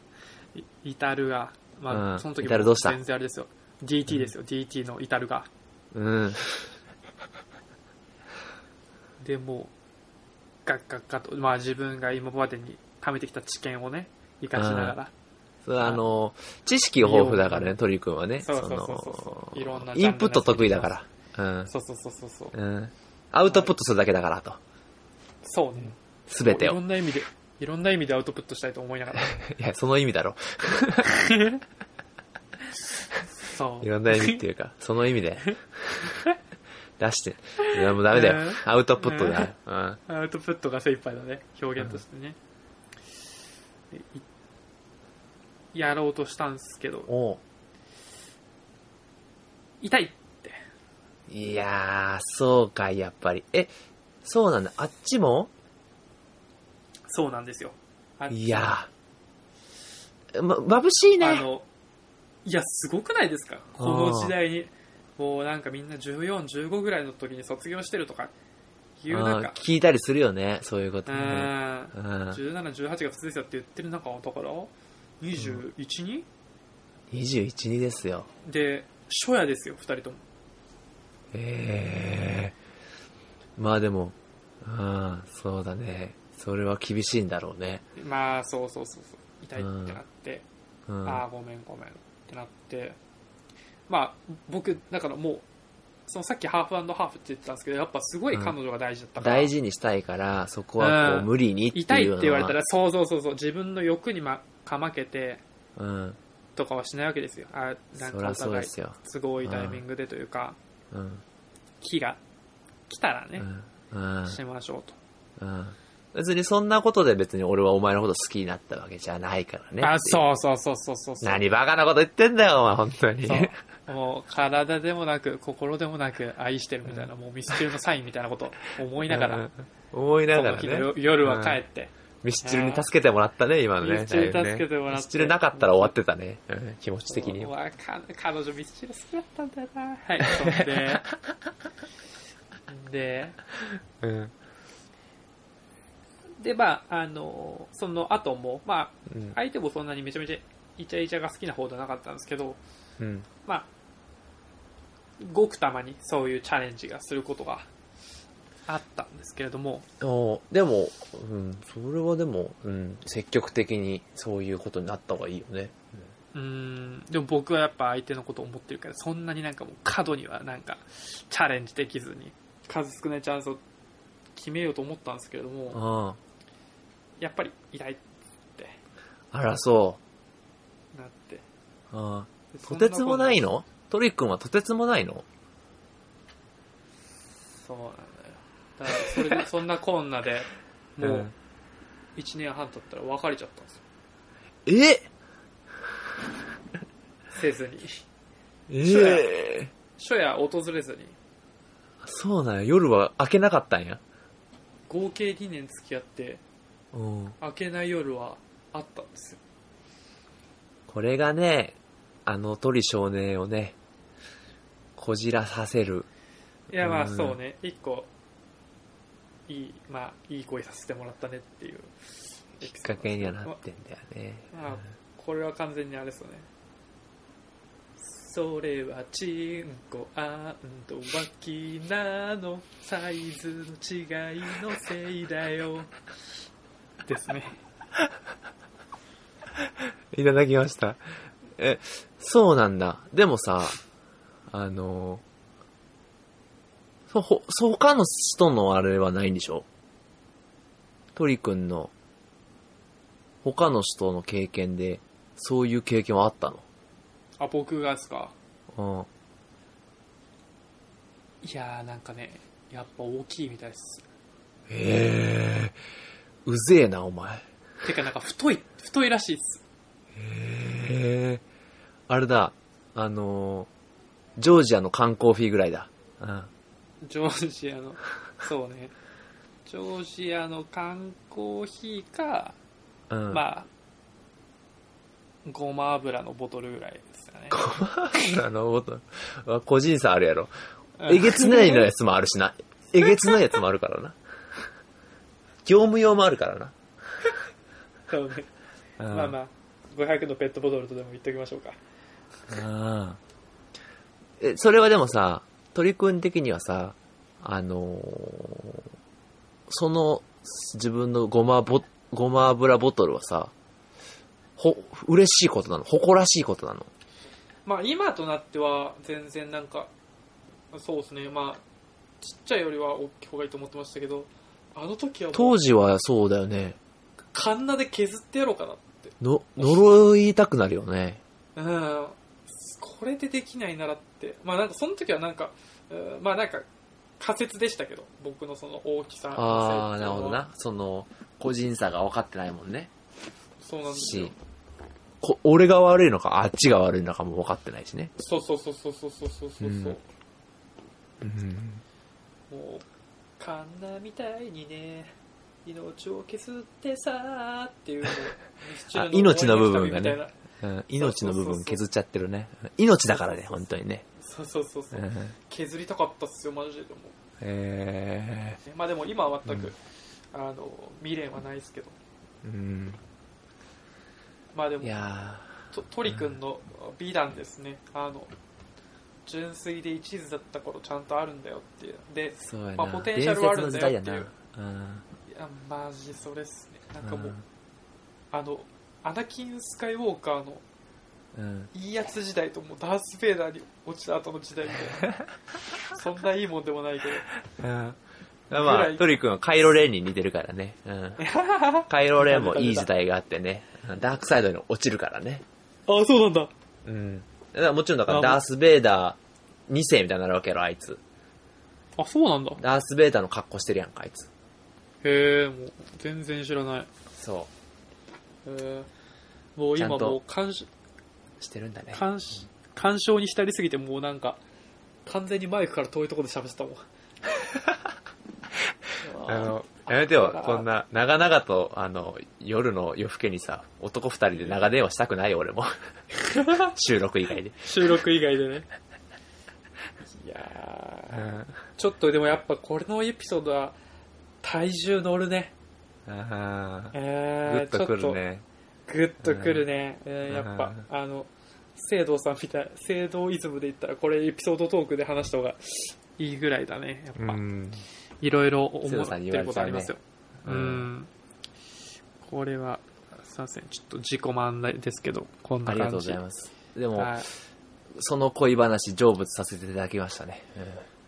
い至るがま
う
あ
ん
その時
至るどうした
全然あれですよ DT ですよ、DT の至るが
う。うん。
でもうガッガッガッとまあ自分が今までに貯めてきた知見をね生かしながら
それはあの、知識豊富だからね、鳥くんはね。
そうそうそうそういろんな
の、
ジャンル
インプット得意だから。
そうそうそうそうそう
うん。うん。アウトプットするだけだからと。
そうね
すべて
もうい
を
ろ。んな意味でいろんな意味でアウトプットしたいと思いな
*laughs*
がら
いや、その意味だろ。
そう
いろんな意味っていう *laughs* か、その意味で。出して。いや、もうダメだよ。アウトプットだよ。うん。
アウトプットが精一杯だね表現としてね、でいやろうとしたんですけど
おう
痛い
いやー、そうかい、やっぱり。え、そうなんだ。あっちも
そうなんですよあ
いやー。ま、眩しい
あ
ね。
のいやすごくないですかこの時代にもうなんかみんな1415ぐらいの時に卒業してるとかいう
うん
中
聞いたりするよね、そういうこ
う
とね。
ん
うん。
1718が普通ですよって言ってる中だから21、人
21、2ですよ。
で初夜ですよ2人とも
ええまあでも、うん、そうだね。それは厳しいんだろうね。
まあそうそうそうそう痛いってなって、
うん。
ああごめんごめんってなってまあ僕だからもうそのさっきハーフハーフって言ってたんですけどやっぱすごい彼女が大事だったから、
大事にしたいから、そこはこう、
うん
無理にっていう
痛いっ
の
て
は
言われたら、そうそうそうそう自分の欲に、ま、かまけて
うん。
とかはしないわけですよあなん
そり
かお
ゃそうで
互い
すよ。
都合いいタイミングでというか
うん。
気が来たら
う
ね、
ん。うん。
しましょうと、
うん別にそんなことで別に俺はお前のこと好きになったわけじゃないからね。
あ
う。
そうそうそうそうそうそう
何バカなこと言ってんだよ、お前、本当に。
そうもう体でもなく心でもなく愛してるみたいな、もうミスチルのサインみたいなこと思いながら、
うん *laughs* 思いな
そ
が
の
ら
日
ね
の。夜夜は帰って、
ミスチルに助けてもらったね、今の
ミ
ね。
スチルに
だいぶね
助けてもらって
ミスチルなかったら終わってたね。うん気持ち的に
う。わか彼女ミスチル好きだったんだよなはいそんでで
うん。
でまああのその後もまあ
うん
相手もそんなにめちゃめちゃイチャイチャが好きな方じゃなかったんですけど
うん。
まあごくたまにそういうチャレンジがすることがあったんですけれども、
おでも、うん、それはでも、うん、積極的にそういうことになった方がいいよね。
うーん、でも僕はやっぱ相手のことを思ってるから、そんなになんかもう過度にはなんかチャレンジできずに、数少ないチャンスを決めようと思ったんですけれど
うん、
も、
あ
やっぱりいないって
あら、そ
なって。
う。あ
で
あとてつもない
そん
のトリックンはとてつもないの
ことそうなんだよ。だからそれで、そんなこんなで、も
う
うん1年半経ったら別れちゃったんですよ。
え
せずに。
ええ
初夜訪れずに、
そうなんや。夜は開けなかったんや。
合計2年付き合って、
うん。
明けない夜はあったんですよ。
これがね、あの鳥少年をね、こじらさせる。
いやまあ
うん
そうね、一個、いい、まあいい恋させてもらったねっていうエピ
きっ
ソード
かけにはなってんだよね。
まあ、これは完全にあれですよね。それはチンコ脇なのサイズの違いのせいだよ。ですね。
いただきました。え、そうなんだ。でもさ、あの、そ、ほ、そ他の人のあれはないんでしょ鳥くんの、他の人の経験で、そういう経験はあった
あ、僕がですか
の
いやーなんかね、やっぱ大きいみたいです。
うん。ええうぜえな、お前。
てかなんか太い、太いらしいっす。
ええあれだ、あの、ジョージアの観光フィーぐらいだ。うん。
ジョージアの、そうね。ジョージアの缶コーヒーか、
うん。
まあ、ごま油のボトルぐらいですかね。
*laughs* あの、もっとあ個人差あるや
う
ろ。
ん
*laughs* えげつないのやつもあるしな。えげつないやつもあるからな。業務用もあるからな。
そうね。
うん
まあまあ、500のペットボトルとでも言っておきましょうか。
うんえ、それはでもさ、鳥くん的にはさ、あのーその自分のごまぼ、ごま油ボトルはさ、ほ、嬉しいことなの誇らしいことなの
まあ、今となっては、全然なんか、そうですね、まあ、ちっちゃいよりは大きい方がいいと思ってましたけど、あの時はもう
当、時はそうだよね。
カンナで削ってやろうかなって。
の、呪いたくなるよね。
うん、これでできないならって、まあなんかその時はなんか、うんまあなんか仮説でしたけど、僕のその大きさのせい
ああ、
ってい
な
うのは
るほどな。その、個人差が分かってないもんね。
そうなんですよ
し、こ俺が悪いのか、あっちが悪いのかも分かってないしね。
そうそうそうそうそうそうそうそう、
うん
も
うん。
うカンナみたいにね命を削ってさーって
*laughs*
いうのをミスチル
あ命の部分がね
終わりの旅みたいな
命の部分削っちゃってるね。命だからね、本当にね。
そうそうそうそううん削りたかったっすよマジでも
え
うまあでも今は全く、
うん
あの未練はないですけど
ーうん。
まあでも
いや
と鳥くんの美談ですね、あの純粋で一途だった頃ちゃんとあるんだよっていうで
ー、そうや
まあポ
な。
テ
伝
ンシャ
説
ルはある
の
ん
時
だ
代
よ
や
って
な
いう。
うん
いやマジそれっすねなんかもう、
うん
あのアナキン・スカイウォーカーの
うん。
いいやつ時代ともうダース・ベイダーに落ちた後の時代みたいなそんないいもんでもないけど
うん。
らい
まあ、トリ君はカイロレンに似てるからね。
*laughs*
うん。カイロレンもいい時代があってね。ダークサイドに落ちるからね。
あそうなんだ
うん。だからもちろんだから、
あもう
ダース・ベイダー2世みたいになるわけやろ、あいつ。
あそうなんだへ
ダース・ベイダーの格好してるやんか、あいつ。
えもう全然知らないへ
そ
えもう
ちゃ
今
んと
もう監視
う。してるんだね。
鑑鑑賞に浸りすぎてもうなんか完全にマイクから遠いところで喋ってたもん *laughs*
あの、やめてよ
だか、ら
こんな、長々と、あの、夜の夜更けにさ、男二人で長電話したくないよ、俺 *laughs* も。収録以 *laughs* 外で。
収録以外でねいやーちょっとでもやっぱこれのエピソードは体重乗るね
あーグ
えー、
ッとく
ちょ
る
っ
ね。
とグッとくるね、えーやっぱ
うん
あの聖堂さんみたい聖堂イズムで言ったらこれエピソードトークで話した方がいいぐらいだねやっ
う
ぱ、
ん。
いろいろ思
強
っ
さ
て
に言
る
われ
こ
ち
と
ゃう
あ
ね
りますよ。う
うん
ん。これは、すいません。ちょっと自己満ですけど、こん
あ
な感じ。
りがとうございます。でも、
はい
その恋話、成仏させていただきましたね。うん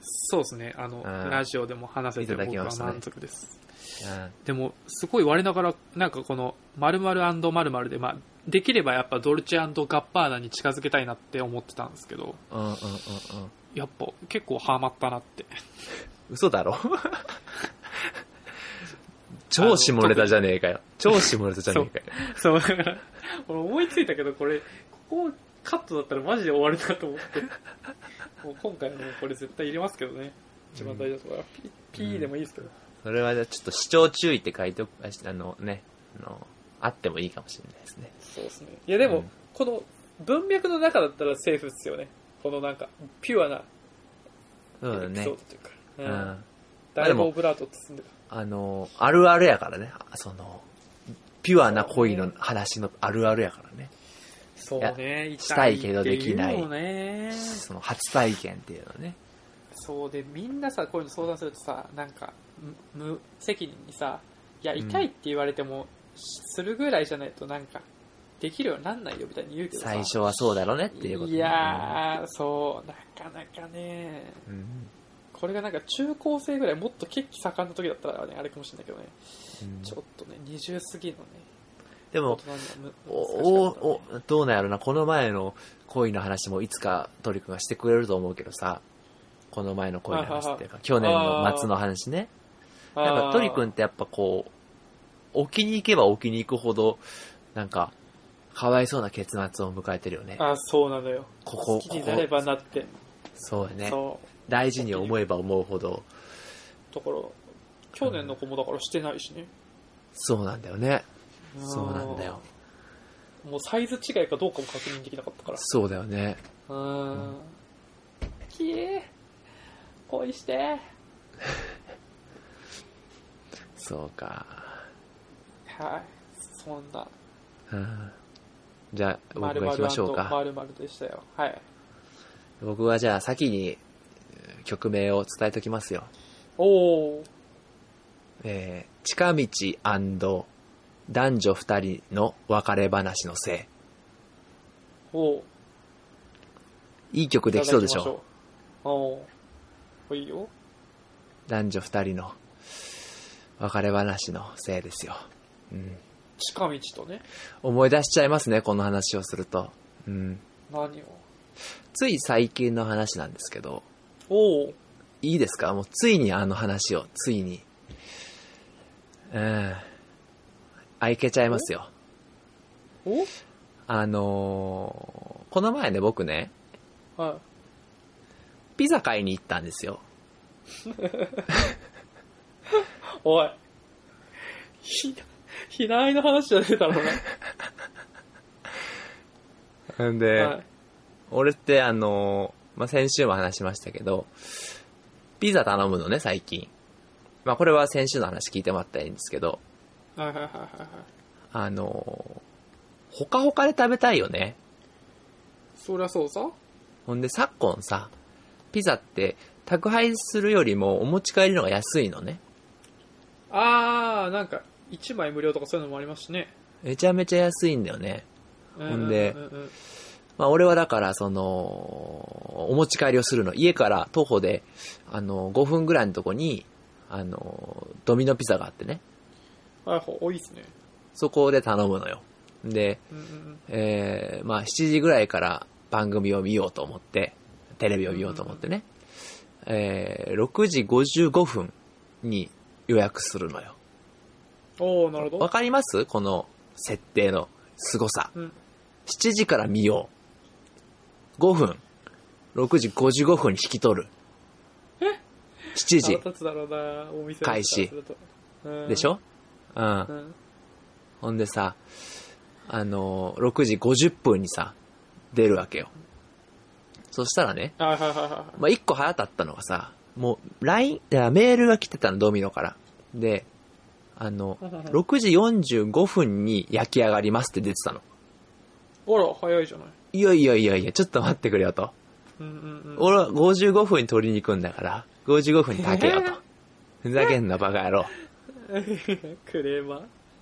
そうですね。あの、
ん
ラジオでも話せて
いただ
僕
き
は
ましたね
満足です。
うん
でも、すごい我ながら、なんかこの、〇〇〇〇で、まあ、できればやっぱドルチェガッパーナに近づけたいなって思ってたんですけど、
うんうんうんうん。
やっぱ結構ハマったなって。
嘘だ *laughs* ろ超下ネタじゃねえかよ。超下ネタじゃねえかよ。
そう、 *laughs* だから、俺思いついたけど、これ、ここカットだったらマジで終わるなと思って。もう今回はもうこれ絶対入れますけどね。一番大事だと思うピピーでもいいですけど。
それはじゃあちょっと視聴注意って書いておく、あしあのね、あの、あってもいいかもしれないですね。
そうですね。いやでも、
うん
この文脈の中だったらセーフっすよね。このなんか、ピュアな
そうだ
エピソー
ね
ド。というか。
う
うん
ん。
だいぶオブラート包んでる。
あの、あるあるやからね。その、ピュアな恋の話のあるあるやからね。
そうね。痛
したいけどできない
ってうよね。
その初体験っていうのね。
そうで、みんなさ、こういうの相談するとさ、なんか、む無責任にさ、いや、
うん
痛いって言われても、しするぐらいじゃないとなんか、できるようになんないよみたいに言うけどさ。
最初はそうだろうねっていうことね
いやー、そう、なかなかね。
うん
これがなんか中高生ぐらいもっと血気盛んな時だったらね、あれかもしれないけどね。
うん
ちょっとね、20過ぎのね、
でも
大、人にはむ
お、
難しかったね
お、お、どうなんやろな、この前の恋の話もいつかトリ君がしてくれると思うけどさ、この前の恋の話っていうか、去年の末の話ね。なんかトリ君ってやっぱこう、置きに行けば置きに行くほど、なんか、かわいそうな結末を迎えてるよね。
あー、そうなのよ。
こ
好
こ、こ
きになれ
こ、
ばなって、
そうやね。
そう。
大事に思えば思うほど、
だから、去年の子もだからしてないしね。
そうなんだよね。そうなんだよ。
うん。もうサイズ違いかどうかも確認できなかったから。
そうだよね。
うーん。きえ恋して。
そうか。
はい。そんな、
うんじゃあ、
ま
僕
る
が
ま
行き
る
ましょうか。
まるまるでしたよ。はい。
僕はじゃあ先にえー曲名を伝えときますよ。
おー。
えー近道男女二人の別れ話のせ
おー。
い。いい曲できそうでしょ
いただきまょう。おー。いいよ。
男女二人の別れ話のせいですよ。うん。
近道とね、
思い出しちゃいますね、この話をすると。うん。
何を。
つい最近の話なんですけど、
おー。
いいですかもうついにあの話を、ついに。うん。あ、いけちゃいますよ。
お
あのーこの前ね、僕ね、
は
ピザ買いに行ったんですよ。
い。おい。ひ *laughs* な、ひないの話じゃねえだろう
んで、
な。はい。
俺ってあのーまあ、先週も話しましたけど、ピザ頼むのね、最近。まあ、これは先週の話聞いてもらったらいいんですけど、
はいはいはいはいはい。
あのーほかほかで食べたいよね。
そりゃそうさ。
ほんで、昨今さ、ピザって宅配するよりもお持ち帰りの方が安いのね。
あー、なんか、1枚無料とかそういうのもありますしね。
めちゃめちゃ安いんだよね。
ほ
んで
うんうんうん、
まあ、俺はだから、その、お持ち帰りをするの。家から徒歩で、あの、5分ぐらいのとこに、あの、ドミノピザがあってね。
はい、ほ多いっすね。
そこで頼むのよ。で、
うんうんうん。
えーまあ、7時ぐらいから番組を見ようと思って、テレビを見ようと思ってね。えー6時55分に予約するのよ。
おー、なるほ
わ
ど。
かりますこの設定の凄さ。
うん。
7時から見よう。5分。6時55分に引き取る。7時
腹立つだろうな、お店の人
開始
からすると。うん
でしょうん
う。ん。
ほんでさ、あのー、6時50分にさ、出るわけよ。そしたらね、
あはいはいはいは
まあ、一個腹立ったのがさ、もう、LINE、いやメールが来てたの、ドミノから。で、あの、
い。
6時45分に焼き上がりますって出てたの。
あら、早いじゃない。
いやいやいやいや、ちょっと待ってくれよと。
うんうんうん。
俺は55分に取りに行くんだから、55分に炊けよと。ふざけんなバカ野郎。
*laughs* クレーマ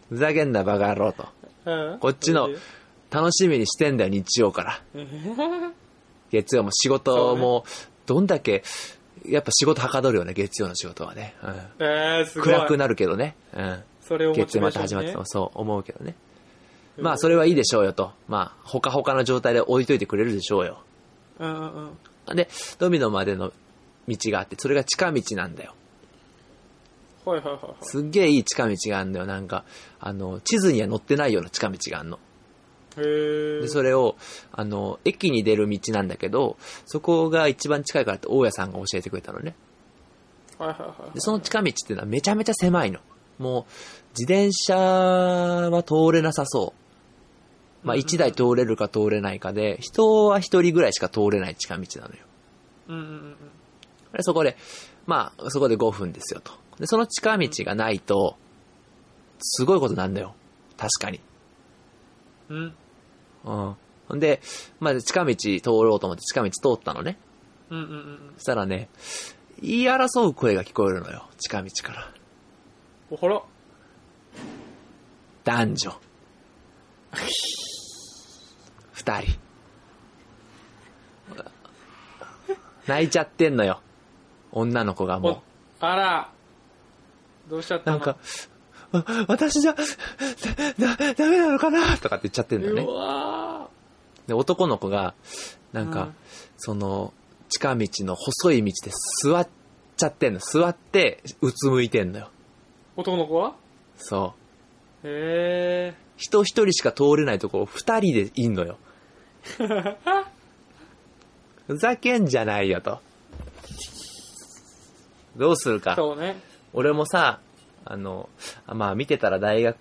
ふざけんなバカ野郎と。
ー、うん、
こっちの楽しみにしてんだよ、日曜から。月曜も仕事も、どんだけ、やっぱ仕事はかどるよね、月曜の仕事はね。うん
えー、すごい
暗くなるけどね。うん。
それをモチ
月
ベ
曜
ー
ま
シ
た
ョン
始まっ
に
て
ね
もそう思うけどね。まあ、それはいいでしょうよと。まあ、ほかほかの状態で置いといてくれるでしょうよ。
うんうんうん
で、ドミノまでの道があって、それが近道なんだよ。
はいはいはいはい
すっげえいい近道があるんだよ。なんか、あの、地図には載ってないような近道があるの。
へー
で、それを、あの、駅に出る道なんだけど、そこが一番近いからって大家さんが教えてくれたのね。
はいはいはいはい
で、その近道っていうのはめちゃめちゃ狭いの。もう、自転車は通れなさそう。まあ、
うん
一台通れるか通れないかで、人は一人ぐらいしか通れない近道なのよ。
うんうんうん
で、そこで、まあ、そこで5分ですよと。で、その近道がないと、すごいことなんだよ。確かに。
うん
うん。ほんで、まあ、近道通ろうと思って近道通ったのね。
うんうんうん
そしたらね、言い争う声が聞こえるのよ。近道から。
おほら
男女。二人。泣いちゃってんのよ。女の子がもう
お。あらどうしちゃった
な
の
んか、わ私じゃ、だ、だダメなのかなとかって言っちゃってんだよね
う。わ
で、男の子が、なんか、
うん
その、近道の細い道で座っちゃってんの。座って、うつむいてんのよ。
ー男の子は
そう。
へ
人一人しか通れないところ二人でい
*laughs*
んのよ。ふざけんじゃないよと。どうする
え
か。
そうね
俺もさ、あの、あまあ見てたら大学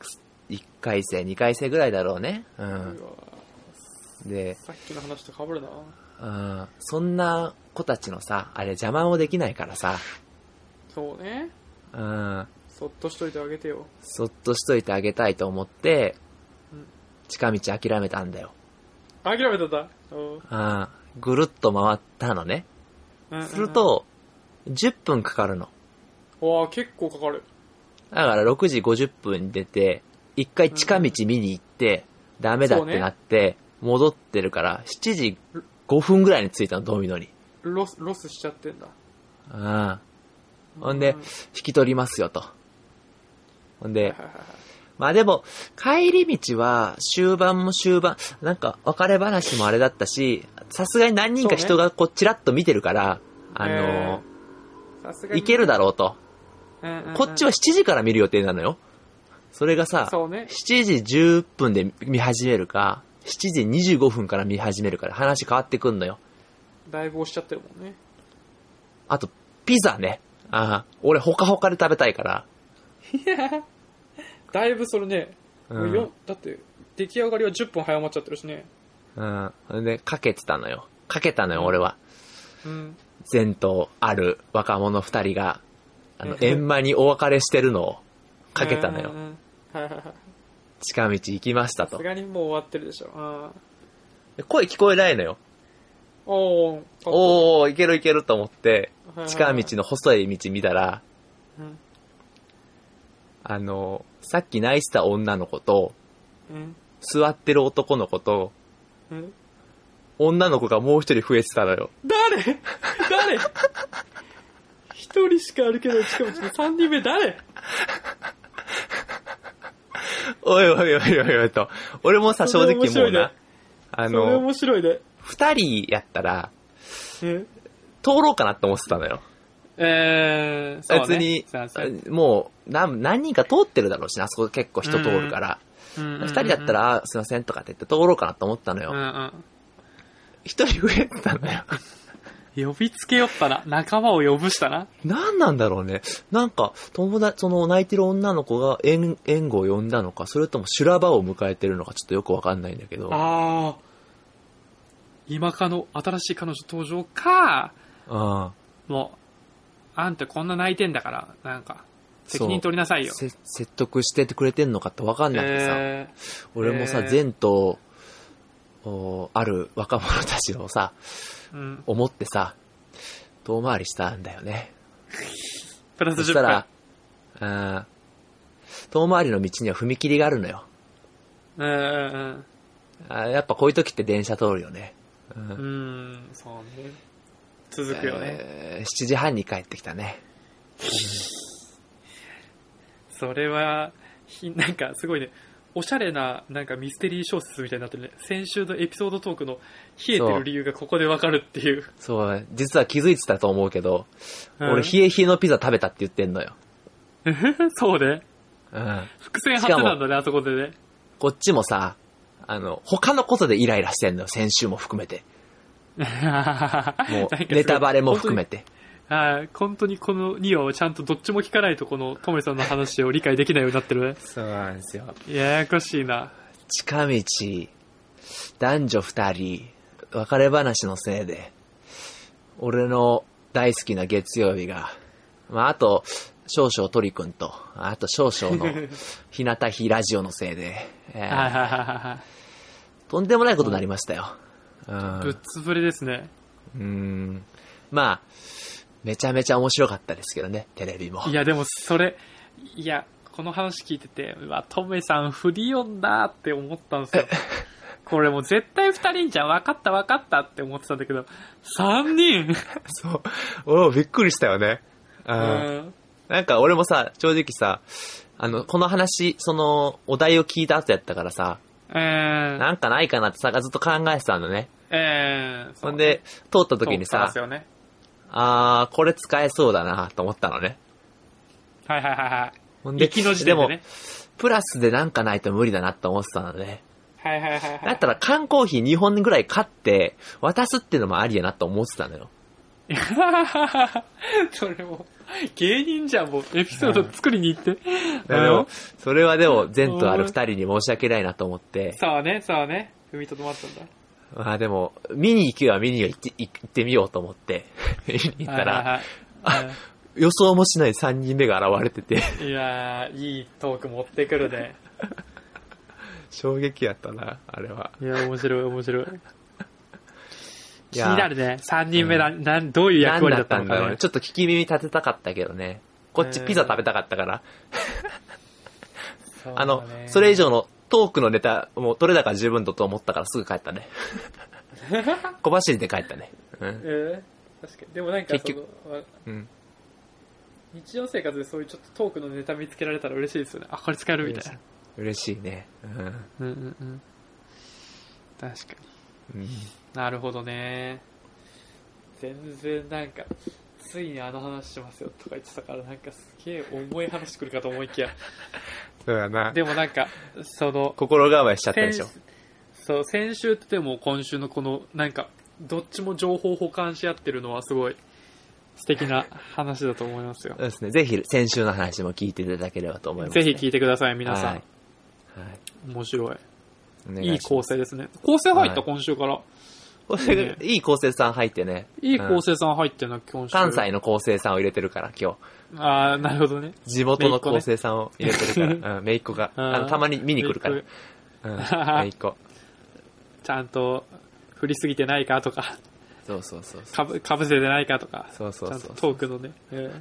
1回生、2回生ぐらいだろうね。う。
うんわ
で、
さっきの話とかぶるな
うん、そんな子たちのさ、あれ邪魔もできないからさ、
そうね
うん、
そっとしといてあげてよ
そっとしといてあげたいと思って
うん、
近道諦めたんだよ。
諦めたんだうん
うん、ぐるっと回ったのね。
うん
すると、10分かかるの。
うんうんわあ結構かかる
だから6時50分に出て、一回近道見に行って、ダメだってなって、戻ってるから、7時5分ぐらいに着いたの、ドミノに。
ロスロスしちゃってんだ
うん。ほん
う
で
んはい、
引き取りますよと。ほんで
は、いはい
まあでも、帰り道は終盤も終盤、なんか別れ話もあれだったし、さすがに何人か人がこうチラッと見てるから、あの、
さすがに
行けるだろう
うんう
と。
んうん
こっちは7時から見る予定なのよ。それがさ、
そうね
7時10分で見始めるか、7時25分から見始めるから話変わってくんのよ。
だいぶ押しちゃってるもんね
あと、ピザね。ああ、俺ほかほかで食べたいから。
だいぶそれね、
うん
もうよだって出来上がりは10分早まっちゃってるしね
うん。それで、かけてたのよ。かけたのよ、俺は。
うん
前途ある若者二人が、あの、円満にお別れしてるのをかけたの
う
よ
ん。うんはいはいはい
近道行きました
さ
と
す。がにもう終わってるでしょうん
で声聞こえないのよ。
おーお
おー、いけるいけると思って、
はい
近道の細い道見たら、
うん
あの、さっき泣いてた女の子と、
うん
座ってる男の子と、
うん
女の子がもう一人増えてたのよ。
誰 *laughs* 誰一人しか歩けない近道の3人目誰
おいおいおいおいおいと。俺もさ、
そ
正
れ面
直
白
もう
いね
な、あ
それ
の、
面白いね
二人やったら、
うん
通ろうかなって思ってたのよ。
えー、そうね
別に
そうそう、
もう、何、何人か通ってるだろうしな、あそこ結構人通るから。
うんうんう
二
ん
人だったら、あすいませんとかって言って通ろうかなと思ったの
うん
よ。
うん
一人増えてたのよ。
呼びつけよったな。仲間を呼ぶしたな。
何なんだろうね。なんか、友達、その泣いてる女の子が援援護を呼んだのか、それとも修羅場を迎えてるのか、ちょっとよくわかんないんだけど。
ああ。今かの新しい彼女登場か、
うん。
もう、あんたこんな泣いてんだから、なんか、
そ
責
う
任取りなさいよ。
せ説得しててくれてんのかってわかんなくてさ、
え
俺もさ、
えー
前途おある若者たちをさ、
ーうん、
思ってさ、遠回りしたんだよね。
プラス
そし
10
た
分
ら、うん遠回りの道には踏切があるのよ。
うんうん
あやっぱこういう時って電車通るよね。
うんうんそうね続くよね、
えー7時半に帰ってきたね。
それはひなんかすごいねおしゃれななんかミステリー小説みたいになってるね先週のエピソードトークの冷えてる理由がここでわかるっていう
そう、実は気づいてたと思うけど、
うん
俺、冷え冷えのピザ食べたって言ってんのよ。
そうね
うん。
伏線張ってたんだねあそこでね
こっちもさ、あの、他のことでイライラしてんのよ、先週も含めて。
*laughs*
もう、ネタバレも含め
て
て。
はい本当にこの2話をちゃんとどっちも聞かないとこのトメさんの話を理解できないようになってるね
そうなんですよ。
ややこしいな
近道、男女二人、別れ話のせいで、俺の大好きな月曜日が、まあ、あと、少々鳥くんと、あと少
*laughs*
々の日向日ラジオのせいで、えー
はいはいは
とんでもないことになりましたよ。う
いはいぶっ
ん。
つぶれですね
うんまあ、めちゃめちゃ面白かったですけどね、テレビも。
いやでもそれいやこの話聞いててうわトメさんフリオンだって思ったんです
*laughs*
よこれもう絶対2人じゃん分かった分かったって思ってたんだけど3人
そう。俺もびっくりしたよね。
う
う。
んん
なんか俺もさ、正直さ、あの、この話、その、お題を聞いた後やったからさ、
えー
なんかないかなってさ、ずっと考えてたのね。
えー
ほんで、通った時に
そう
さ
です、よね
あー、これ使えそうだなと思ったのね。
はいはいはいはい
ほんで、
行きの時点で
で
ね
も、プラスでなんかないと無理だなと思ってたのね。
はいはいはいは
だ
い
ったら缶コーヒー2本ぐらい買って、渡すっていうのもありやなと思ってたのよ。
*laughs* それも、芸人じゃん、もう、エピソード作りに行って。
でも、それはでも、前途ある二人に申し訳ないなと思って、
そうね、そうね。踏みとどまったんだ。
まあでも、見に行けば見に行って行ってみようと思って、 *laughs* 見に行ったら、
はいはいはい
予想もしない3人目が現れてて、 *laughs*
うんいやー、いいトーク持ってくるね。
衝撃やったな、あれは。
いや、面白い、面白い。
い
気
や
になるね。3人目だ、なん、どういう役割だったの
何
かね
ち。ょっと聞き耳立てたかったけどね。こっちピザ食べたかったから、あの、それ以上のトークのネタ、もう取れ高十分だと思ったからすぐ帰っ
*laughs*
たね。小走りで帰ったね。うん。
えー確かに。でもなんか、
結
そ
局
の、あ
うん。
日常生活でそういうちょっとトークのネタ見つけられたら嬉しいですよね。あ、これ使えるみたいな。
嬉しいね。うん。
うんうんうん。確かに。
うん
なるほどね。全然なんか、ついにあの話しますよとか言ってたから、なんかすげえ重い話くるかと思いきや。
そうやな。
でもなんか、その、
心構えしちゃったでしょ
先。そう、先週ってでも今週のこの、なんか、どっちも情報保管し合ってるのはすごい素敵な話だと思いますよ
そう。ですね。ぜひ、先週の話も聞いていただければと思います、
ぜひ聞いてください、皆さん。
はいはい
面白い。
お願
いい
しま
構
す
成ですね。構成入った、
はい
今週から。
構成がいい構成さん入ってね。
いい構
うん
成さん入ってるな、今週。
関西の構成さんを入れてるから、今日。
ああ、なるほどね。
地元の構成さんを入れてるから。うん、めいっ子が。
*laughs* うん
あの、たまに見に来るから。
めいっ
うん、
*laughs*
めいっ子。
ちゃんと振りすぎてないかとか、 *laughs*
そうそうそうそう。
かぶかぶせてないかとか、
そうそうそう
ちゃんとトークのね、うん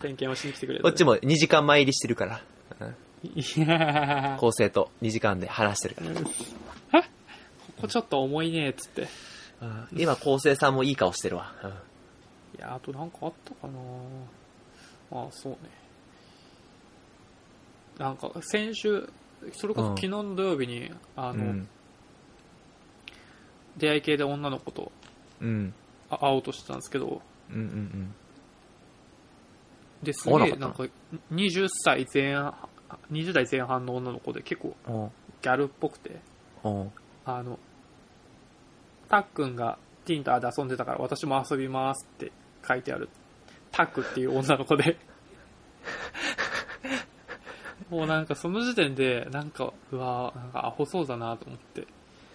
点検をしに来てくれる、
こっちも2時間前入りしてるから。うん
いやーこ
構成と2時間で話してるから。
こちょっと重いねっつって。い
うん今、構成さんもいい顔してるわ。うん
や、あとなんかあったかなああ、そうね。なんか、先週、それこそ昨日の土曜日に、あ
う
の、
ん。
出会い系で女の子と
うん。
あ会おうとしてたんですけど、
うんうんうん。
です
会わ
げ
な
え、
かっ
な
たの
んか、20歳前半、20代前半の女の子で結構
おう
ギャルっぽくて、
おう
あの、たっくんがティンターで遊んでたから私も遊びますって書いてある、たっくっていう女の子
*laughs*
で。もうなんかその時点で、なんか、うわーなんかアホそうだなと思って。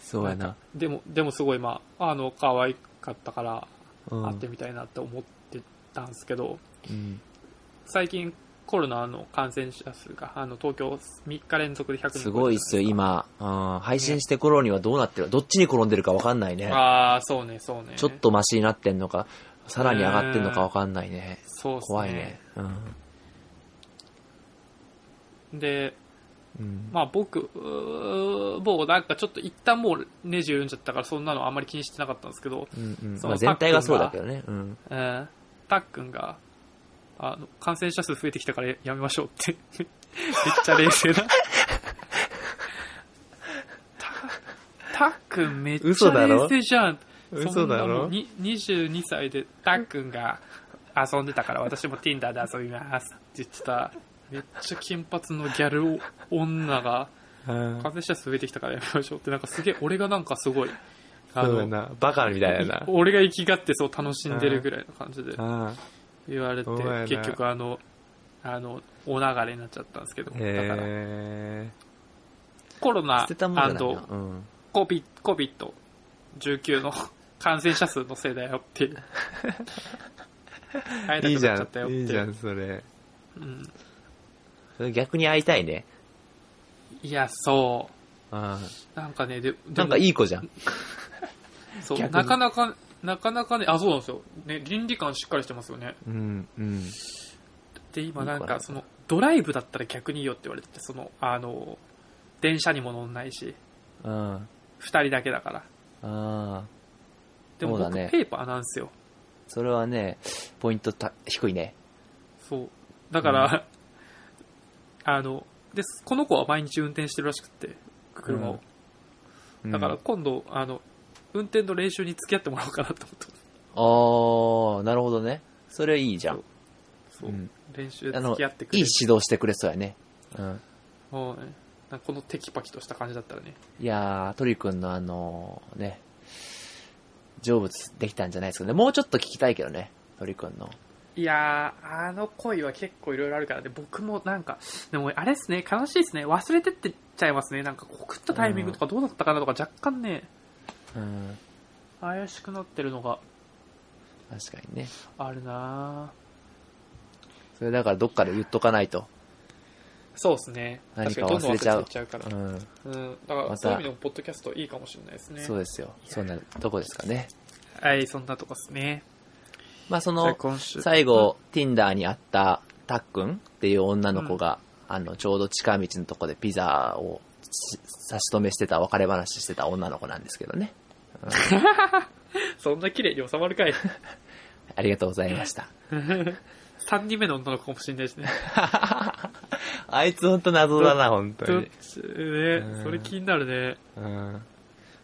そうやな。
でも、でもすごいまあ、あの、可愛かったから、
うん
会ってみたいなって思ってたんですけど、
うん。
最近コロナの感染者数が、あの、東京3日連続で100人超えてたんです
ごいっすよ、今。うん、配信してくろにはどうなってるどっちに転んでるかわかんないね。
ああ、そうね、そうね。
ちょっとマシになってんのか、さらに上がってんのかわかんないね。
そうっすね
怖いね。うん。
で、
うん。
まあ僕、うーもうなんかちょっと一旦もうネジ緩んじゃったからそんなのあんまり気にしてなかったんですけど、
うんうん
そ
ま
の
あ、全体がそうだけどね。うん。
えーたっくんが、あの、感染者数増えてきたからやめましょうって。 *laughs* めっちゃ冷静な。た、たっくんめっち
嘘
ゃ
だろ
冷静じゃん。
嘘だ
そ
ろ
んなもんに22歳でたっくんが遊んでたから私も Tinder で遊びますって言ってた。めっちゃ金髪のギャル女が
うん
感染者数増えてきたからやめましょうってなんかすげえ俺がなんかすごい。あ
そう
の
だな。バカみたいな。
俺が生きがってそう楽しんでるぐらいの感じで
あ
言われて
そうやな
結局あのあのお流れになっちゃったんですけど
あ。
だから
へ
コロ
え。
ナ
捨てたもんじゃないな
and。
うん。
コビコビット19の感染者数のせいだよって
*laughs*
いう会え
い
ないく
じ
なっ
ゃ
ちゃったよっ
ん。
て
い
い
いうじゃん、それ。
うん、
それ逆に会いたいね。
いやそ
あ
うなんかねででも
あ。なんかいい子じゃん。
そう
逆に
なかなかなかなかねあそうなんですよ、ね、倫理観しっかりしてますよね
うん、うん。
で今なん
いい子だ
かそのドライブだったら逆にいいよって言われててそのあの電車にも乗んないし
あ
2人だけだから
あ。ああ。
でも
そうだ
僕
ね
ペーパーなんですよ。
それはね、ポイントた低いね。
そう。だから、 *laughs* あの、で、この子は毎日運転してるらしくって、車を。
うん
だから今度、あの、運転の練習に付き合ってもらおうかなと思ってます。
ああ、なるほどね。それいいじゃん。
そう。
うん
練習で
あの
付き合ってくれ
いい指
る。
導してくれそうやね。うん。
もうね、なんかこのテキパキとした感じだったらね。
いやー、鳥くんのあのーね、成仏できたんじゃないですかね。もうちょっと聞きたいけどね、鳥くんの。
いやー、あの恋は結構いろいろあるからね、僕もなんか、でもあれですね、悲しいですね、忘れてってっちゃいますね、なんか告ったタイミングとかどうだったかなとか若干ね、
うん。
怪しくなってるのが
確かにね。
あるなー。
それだからどっかで言っとかないと。
そうですね。
何か
確にどんどん
忘れちゃう
忘れちゃうか
う
ら。
ん。
うん。だから、
また
そういう意味でも、ポッドキャストいいかもしれないですね。
そうですよ。そんなとこですかね。
はい、そんなとこですね。
まあそ
じゃあ
の、
今週。
最後、Tinder にあったたっくんっていう女の子が、あの、ちょうど近道のとこでピザをし差し止めしてた、別れ話してた女の子なんですけどね。
そんな綺麗に収まる
*laughs*
かい。
ありがとうございました。
3人目の女の子かもしれないですね。
*laughs* あいつほんと謎だな、本当
どっ
に。
ちね、それ気になるね。
うん。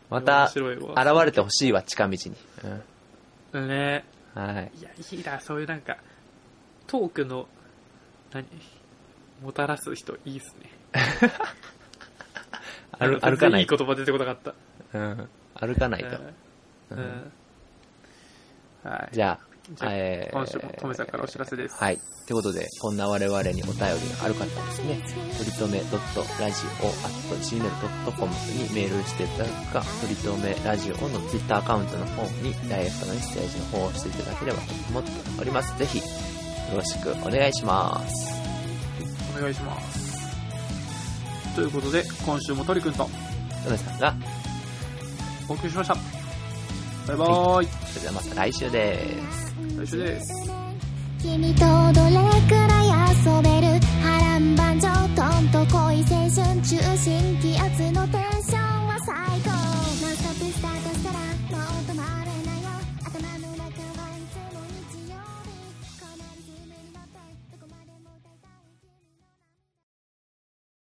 また、
面
現
白いわ。
れてほしいわ、近道に。
ね。
うん。はい。
いや、いいな、そういうなんか、トークの、何もたらす人、いいっすね。
歩歩かない
いい
と。
言葉出てこなかった。
うん。歩かないと。
う
うんん。
はい。
じゃ
じゃ
あ、
あ
えー
今週もトメさんからお知らせです。
はい。ということで、こんな我々にお便りがある方はですね、とりとめ .radio.gmail.com にメールしていただくか、とりとめラジオのツイッターアカウントの方にダイレクトメッセージの方をしていただければと思っております。ぜひ、よろしくお願いします。
お願いします。ということで、今週もトリくんと
とめさんが、
お送りしました。バイバーイ。
それではまた来週です。
来週です。
君とどれくらい遊べる波乱万丈どんと恋せ